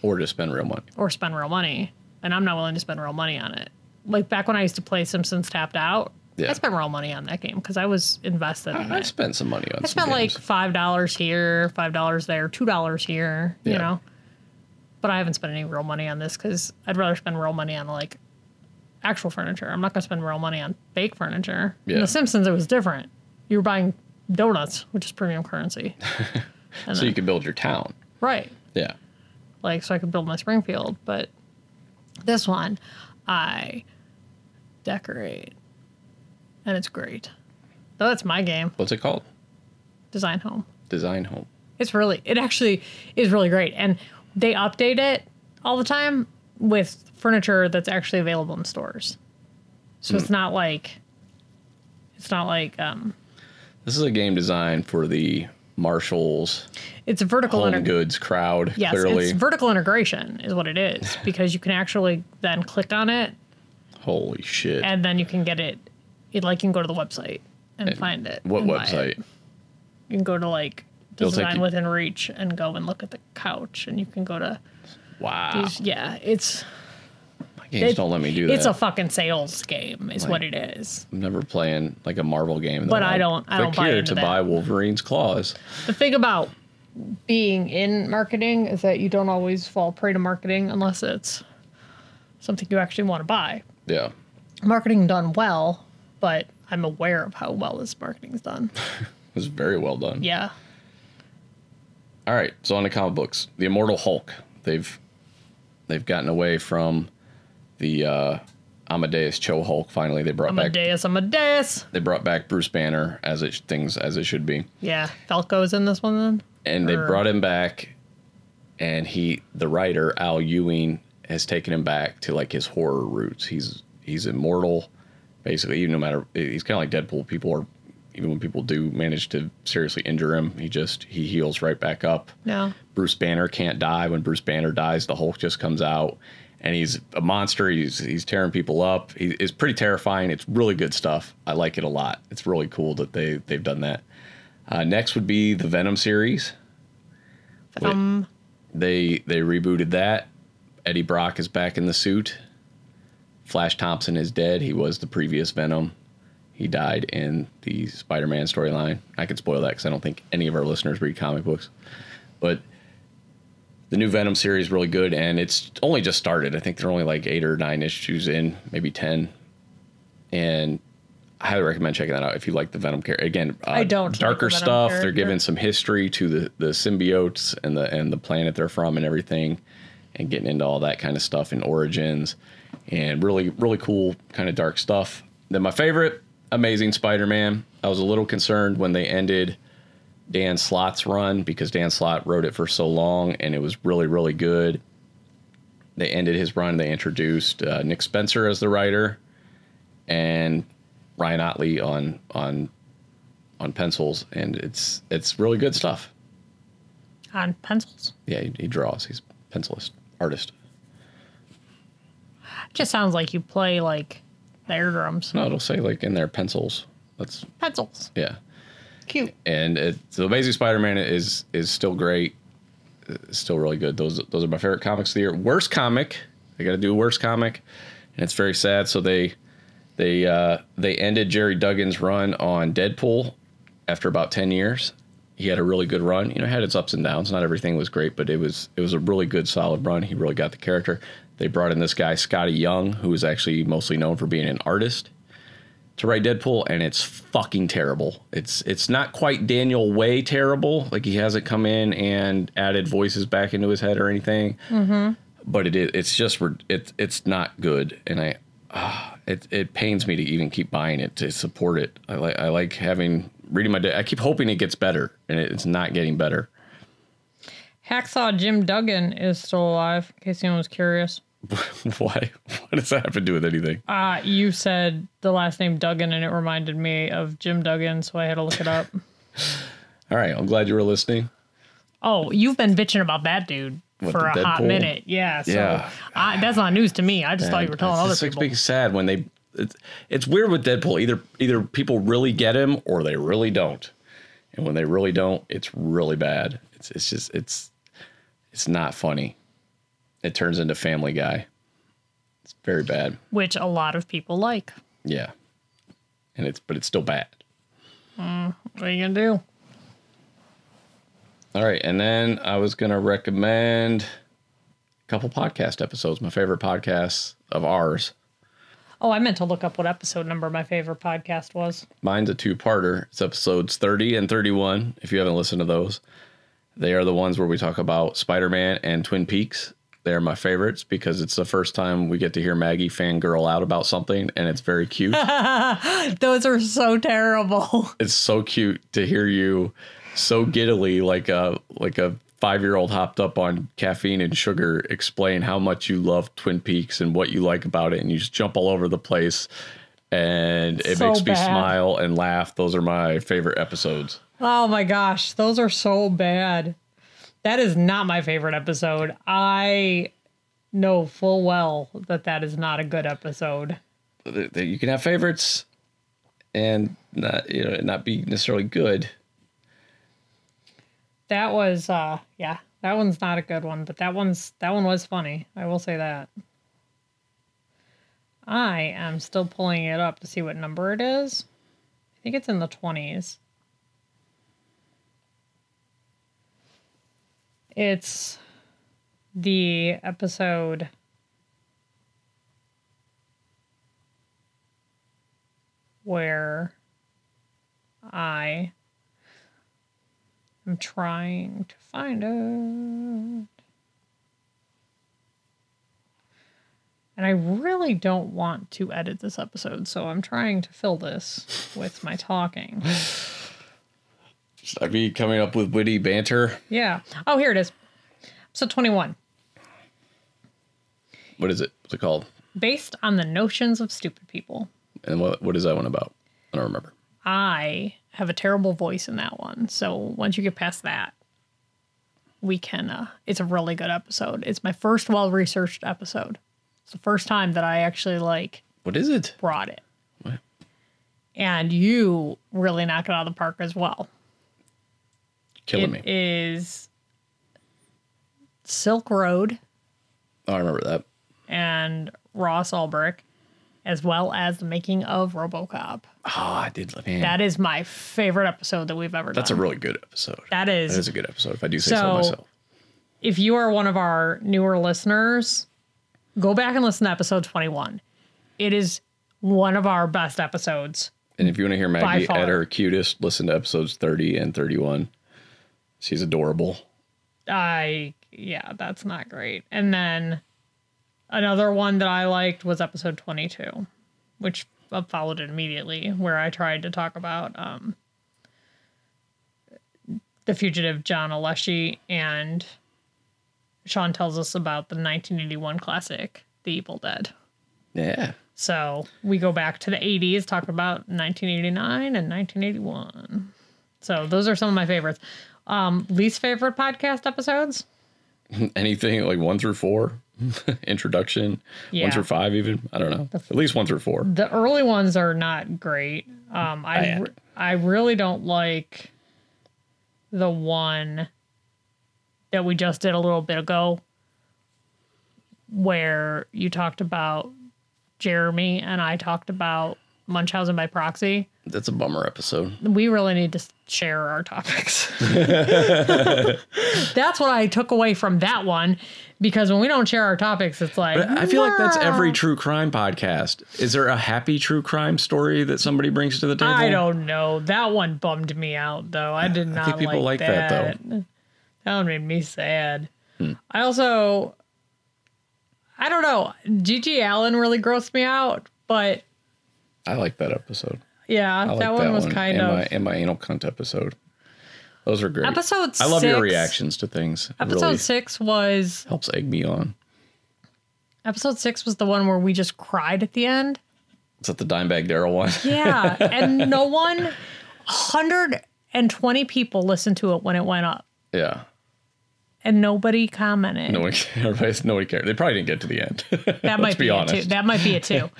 Speaker 1: Or to spend real money.
Speaker 2: or spend real money. And I'm not willing to spend real money on it. Like back when I used to play Simpsons Tapped Out,
Speaker 1: Yeah.
Speaker 2: I spent real money on that game because I was invested in
Speaker 1: I
Speaker 2: it.
Speaker 1: spent some money on.
Speaker 2: I spent like five dollars here, five dollars there, two dollars here.
Speaker 1: Yeah.
Speaker 2: You know, but I haven't spent any real money on this because I'd rather spend real money on like actual furniture. I'm not gonna spend real money on fake furniture. In
Speaker 1: Yeah.
Speaker 2: The Simpsons, it was different. You were buying donuts, which is premium currency,
Speaker 1: so you could build your town.
Speaker 2: right?
Speaker 1: Yeah,
Speaker 2: Like, so I could build my Springfield. But this one, I decorate, and it's great. So that's my game,
Speaker 1: what's it called?
Speaker 2: design home.
Speaker 1: Design home.
Speaker 2: It's really, it actually is really great. And they update it all the time with furniture that's actually available in stores. So
Speaker 1: Hmm.
Speaker 2: it's not like, it's not like, um,
Speaker 1: This is a game designed for the marshals,
Speaker 2: it's a vertical
Speaker 1: home
Speaker 2: integration.
Speaker 1: goods crowd.
Speaker 2: Yes,
Speaker 1: clearly,
Speaker 2: it's vertical integration is what it is because you can actually then click on it
Speaker 1: holy shit!
Speaker 2: and then you can get it. It like you can go to the website and, find it.
Speaker 1: what
Speaker 2: and buy it.
Speaker 1: website?
Speaker 2: You can go to like
Speaker 1: It'll take
Speaker 2: design
Speaker 1: you-
Speaker 2: within reach and go and look at the couch and you can go to
Speaker 1: Wow,
Speaker 2: yeah, it's
Speaker 1: my games
Speaker 2: it-
Speaker 1: don't let me do that.
Speaker 2: It's a fucking sales game, is what
Speaker 1: Like-
Speaker 2: it is.
Speaker 1: I'm never playing like a Marvel game. that
Speaker 2: But
Speaker 1: I'm
Speaker 2: I
Speaker 1: like,
Speaker 2: don't- I
Speaker 1: "Click
Speaker 2: don't buy
Speaker 1: here
Speaker 2: into
Speaker 1: to
Speaker 2: that."
Speaker 1: buy Wolverine's claws.
Speaker 2: The thing about being in marketing is that you don't always fall prey to marketing unless it's something you actually want to buy.
Speaker 1: Yeah,
Speaker 2: Marketing done well, but I'm aware of how well this marketing's done.
Speaker 1: it was very well done.
Speaker 2: Yeah.
Speaker 1: All right, so on to comic books. The Immortal Hulk. They've they've gotten away from the uh, Amadeus Cho Hulk. Finally, they brought back
Speaker 2: Amadeus, Amadeus.
Speaker 1: they brought back Bruce Banner as it things as it should be,
Speaker 2: Yeah. Falco's in this one then?
Speaker 1: and they
Speaker 2: Sure.
Speaker 1: brought him back, and he the writer Al Ewing has taken him back to like his horror roots. He's he's immortal, basically. Even no matter he's kind of like Deadpool. People are even when people do manage to seriously injure him, he just he heals right back up.
Speaker 2: No.
Speaker 1: Bruce Banner can't die. When Bruce Banner dies, the Hulk just comes out and he's a monster. He's he's tearing people up. He, it's pretty terrifying. It's really good stuff. I like it a lot. It's really cool that they they've done that. Uh, next would be the Venom series. Wait,
Speaker 2: Um,
Speaker 1: They they rebooted that. Eddie Brock is back in the suit. Flash Thompson is dead. He was the previous Venom. He died in the Spider-Man storyline. I could spoil that because I don't think any of our listeners read comic books, but the new Venom series is really good, and it's only just started. I think they're only like eight or nine issues in, maybe ten, and I highly recommend checking that out if you like the Venom character. Again, uh,
Speaker 2: I don't like
Speaker 1: darker
Speaker 2: the Venom
Speaker 1: stuff. They're
Speaker 2: character.
Speaker 1: giving some history to the the symbiotes and the and the planet they're from and everything, and getting into all that kind of stuff and origins, and really really cool kind of dark stuff. Then my favorite, Amazing Spider-Man. I was a little concerned when they ended. Dan Slott's run because Dan Slott wrote it for so long and it was really, really good. they ended his run. They introduced uh, Nick Spencer as the writer, and Ryan Otley on on on pencils, and it's it's really good stuff.
Speaker 2: on pencils.
Speaker 1: Yeah, he, he draws. He's a pencilist artist.
Speaker 2: Just sounds like you play like the air drums.
Speaker 1: No, it'll say like in there pencils. That's
Speaker 2: Pencils.
Speaker 1: yeah.
Speaker 2: Cute.
Speaker 1: and it, so Amazing Spider-Man is is still great, It's still really good. Those those are my favorite comics of the year. Worst comic, I got to do worst comic, and it's very sad. So they they uh, they ended Jerry Duggan's run on Deadpool after about ten years. He had a really good run. You know, it had its ups and downs. Not everything was great, but it was it was a really good, solid run. He really got the character. They brought in this guy Scotty Young, who is actually mostly known for being an artist to write Deadpool, and it's fucking terrible. It's it's not quite Daniel Way terrible. Like he hasn't come in and added voices back into his head or anything. Mm-hmm. But it is. It's just rid- it's it's not good, and I. Uh, it, it pains me to even keep buying it to support it. I like I like having reading my. De- I keep hoping it gets better, and it, it's not getting better.
Speaker 2: Hacksaw Jim Duggan is still alive, in case anyone was curious.
Speaker 1: Why? What does that have to do with anything?
Speaker 2: Uh, you said the last name Duggan, and it reminded me of Jim Duggan, so I had to look it up.
Speaker 1: All right, I'm glad you were listening.
Speaker 2: oh, you've been bitching about that dude
Speaker 1: What,
Speaker 2: for a
Speaker 1: the
Speaker 2: hot
Speaker 1: Deadpool?
Speaker 2: minute. Yeah. So
Speaker 1: Yeah.
Speaker 2: I, that's not news to me. I just thought you were telling
Speaker 1: It
Speaker 2: other
Speaker 1: just
Speaker 2: people.
Speaker 1: makes me sad when they. It's, it's weird with Deadpool. Either either people really get him or they really don't, and when they really don't, it's really bad. It's it's just it's it's not funny. It turns into Family Guy. It's very bad.
Speaker 2: which a lot of people like.
Speaker 1: Yeah, and it's but it's still bad.
Speaker 2: What are you gonna do?
Speaker 1: All right, and then I was gonna recommend a couple podcast episodes. My favorite podcasts of ours.
Speaker 2: Oh, I meant to look up what episode number my favorite podcast was.
Speaker 1: Mine's a two parter. It's episodes 30 and 31. If you haven't listened to those, they are the ones where we talk about Spider Man and Twin Peaks. They are my favorites because it's the first time we get to hear Maggie fangirl out about something, and it's very cute.
Speaker 2: Those are so terrible.
Speaker 1: it's so cute to hear you so giddily, like a like a five year old hopped up on caffeine and sugar, explain how much you love Twin Peaks and what you like about it, and you just jump all over the place. And it
Speaker 2: So
Speaker 1: makes me
Speaker 2: bad.
Speaker 1: smile and laugh. Those are my favorite episodes.
Speaker 2: Oh my gosh, those are so bad. That is not my favorite episode. I know full well that that is not a good episode.
Speaker 1: that that you can have favorites and not you know not be necessarily good.
Speaker 2: That was uh yeah, that one's not a good one, but that one's that one was funny. I will say that. I am still pulling it up to see what number it is. I think it's in the 20s. It's the episode where I I'm trying to find it. And I really don't want to edit this episode, so I'm trying to fill this with my talking.
Speaker 1: I'd be coming up with witty banter.
Speaker 2: Yeah. Oh, here it is. Episode 21.
Speaker 1: What is it? What's it called?
Speaker 2: Based on the notions of stupid people,
Speaker 1: And what what is that one about? I don't remember.
Speaker 2: I have a terrible voice in that one. So once you get past that, we can. Uh, it's a really good episode. It's my first well researched episode. It's the first time that I actually like
Speaker 1: What is it?
Speaker 2: brought it.
Speaker 1: What?
Speaker 2: And you really knock it out of the park as well. It
Speaker 1: Killing
Speaker 2: is
Speaker 1: me.
Speaker 2: Silk Road
Speaker 1: oh, I remember that.
Speaker 2: and Ross Ulbrich, as well as the making of RoboCop.
Speaker 1: Oh, I did. Man,
Speaker 2: That is my favorite episode that we've ever
Speaker 1: that's a
Speaker 2: done.
Speaker 1: really good episode.
Speaker 2: that is,
Speaker 1: that is a good episode. If I do say so,
Speaker 2: So-
Speaker 1: myself.
Speaker 2: if you are one of our newer listeners, go back and listen to episode 21. It is one of our best episodes.
Speaker 1: And if you want to hear Maggie
Speaker 2: far.
Speaker 1: at her cutest, listen to episodes thirty and thirty-one. She's adorable.
Speaker 2: I yeah, that's not great. And then another one that I liked was episode 22, which uh, followed it immediately, where I tried to talk about um, the fugitive John Alessi and Sean tells us about the 1981 classic, The Evil Dead.
Speaker 1: Yeah.
Speaker 2: So we go back to the 80s, talk about 1989 and 1981. So those are some of my favorites. Um, least favorite podcast episodes?
Speaker 1: Anything like one through four, introduction,
Speaker 2: Yeah.
Speaker 1: one through five, even. I don't know. At least one through four.
Speaker 2: The early ones are not great. Um, I,
Speaker 1: Bad.
Speaker 2: re- I really don't like the one that we just did a little bit ago where you talked about Jeremy and I talked about Munchausen by proxy.
Speaker 1: That's a bummer episode.
Speaker 2: we really need to share our topics. that's what I took away from that one because when we don't share our topics, it's like
Speaker 1: I feel like that's every
Speaker 2: "Nah,
Speaker 1: true crime podcast. Is there a happy true crime story that somebody brings to the table?
Speaker 2: I don't know. That one bummed me out though. I did not
Speaker 1: think people
Speaker 2: like,
Speaker 1: like that, Hmm.
Speaker 2: that. though. That one made me sad. I also I don't know. Gigi Allen really grossed me out, but
Speaker 1: I like that episode.
Speaker 2: yeah,
Speaker 1: I
Speaker 2: that,
Speaker 1: like that,
Speaker 2: one was kind
Speaker 1: and
Speaker 2: of
Speaker 1: My, and my anal cunt episode. Those are great.
Speaker 2: episode six.
Speaker 1: I love your reactions to things. It
Speaker 2: Episode
Speaker 1: really
Speaker 2: six was
Speaker 1: helps egg me on.
Speaker 2: Episode six was the one where we just cried at the end.
Speaker 1: Is that the Dimebag Daryl one?
Speaker 2: Yeah. and no one, 120 people listened to it when it went up
Speaker 1: yeah.
Speaker 2: and nobody commented.
Speaker 1: No one, everybody's, nobody cared. They probably didn't get to the end.
Speaker 2: that
Speaker 1: Let's
Speaker 2: might
Speaker 1: be
Speaker 2: be, it
Speaker 1: honest.
Speaker 2: too. That might be it too.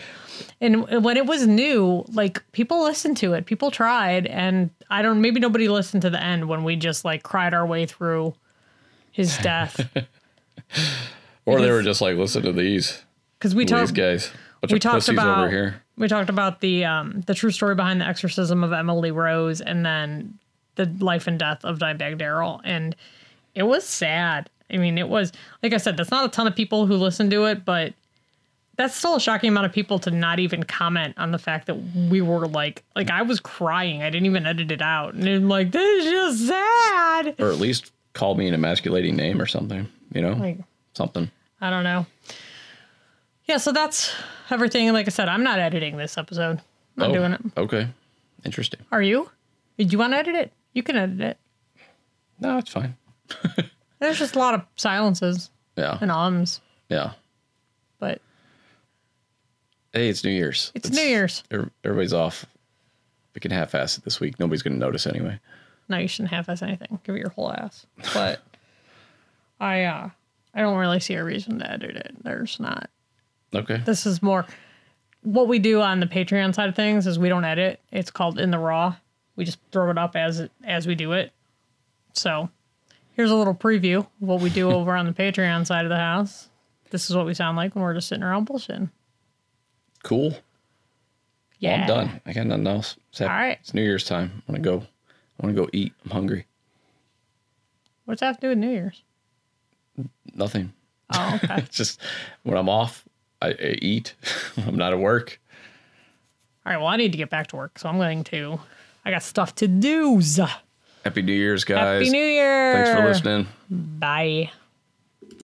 Speaker 2: and when it was new, like people listened to it, people tried. And I don't, maybe nobody listened to the end when we just like cried our way through his death.
Speaker 1: or they
Speaker 2: is-
Speaker 1: were just like, listen to these,
Speaker 2: Because we
Speaker 1: these
Speaker 2: talked,
Speaker 1: guys. Bunch
Speaker 2: we
Speaker 1: of
Speaker 2: talked
Speaker 1: pussies
Speaker 2: about
Speaker 1: over here.
Speaker 2: we talked about the um the true story behind the exorcism of Emily Rose and then the life and death of Dimebag Daryl and it was sad. I mean, it was like I said, that's not a ton of people who listened to it, but that's still a shocking amount of people to not even comment on the fact that we were like like I was crying. I didn't even edit it out. And I'm like, this is just sad.
Speaker 1: Or at least call me an emasculating name or something, you know?
Speaker 2: Like
Speaker 1: something.
Speaker 2: I don't know. Yeah, so that's everything. Like I said, I'm not editing this episode. I'm not
Speaker 1: Oh,
Speaker 2: doing it.
Speaker 1: Okay. Interesting.
Speaker 2: Are you? Did you want to edit it? You can edit it.
Speaker 1: No, it's fine.
Speaker 2: There's just a lot of silences
Speaker 1: Yeah.
Speaker 2: and ums,
Speaker 1: Yeah.
Speaker 2: but
Speaker 1: Hey, it's New Year's.
Speaker 2: It's New Year's.
Speaker 1: ev- Everybody's off. We can half-ass it this week. Nobody's going to notice anyway.
Speaker 2: no, you shouldn't half ass anything. Give it your whole ass. But I, uh, I don't really see a reason to edit it. There's not.
Speaker 1: Okay.
Speaker 2: This is more what we do on the Patreon side of things is we don't edit. It's called in the raw. We just throw it up as as we do it. So here's a little preview of what we do over on the Patreon side of the house. This is what we sound like when we're just sitting around bullshitting.
Speaker 1: Cool.
Speaker 2: Yeah,
Speaker 1: I'm done. I got nothing else. It's hap-
Speaker 2: All right.
Speaker 1: It's New Year's time. I'm going to go. I want to go eat. I'm hungry.
Speaker 2: What's that have to do with New Year's?
Speaker 1: Nothing.
Speaker 2: Oh, okay.
Speaker 1: It's just when I'm off, I, I eat. When I'm not at work.
Speaker 2: All right. Well, I need to get back to work, so I'm going to. I got stuff to do.
Speaker 1: Happy New Year's, guys.
Speaker 2: Happy New Year.
Speaker 1: Thanks for listening.
Speaker 2: Bye.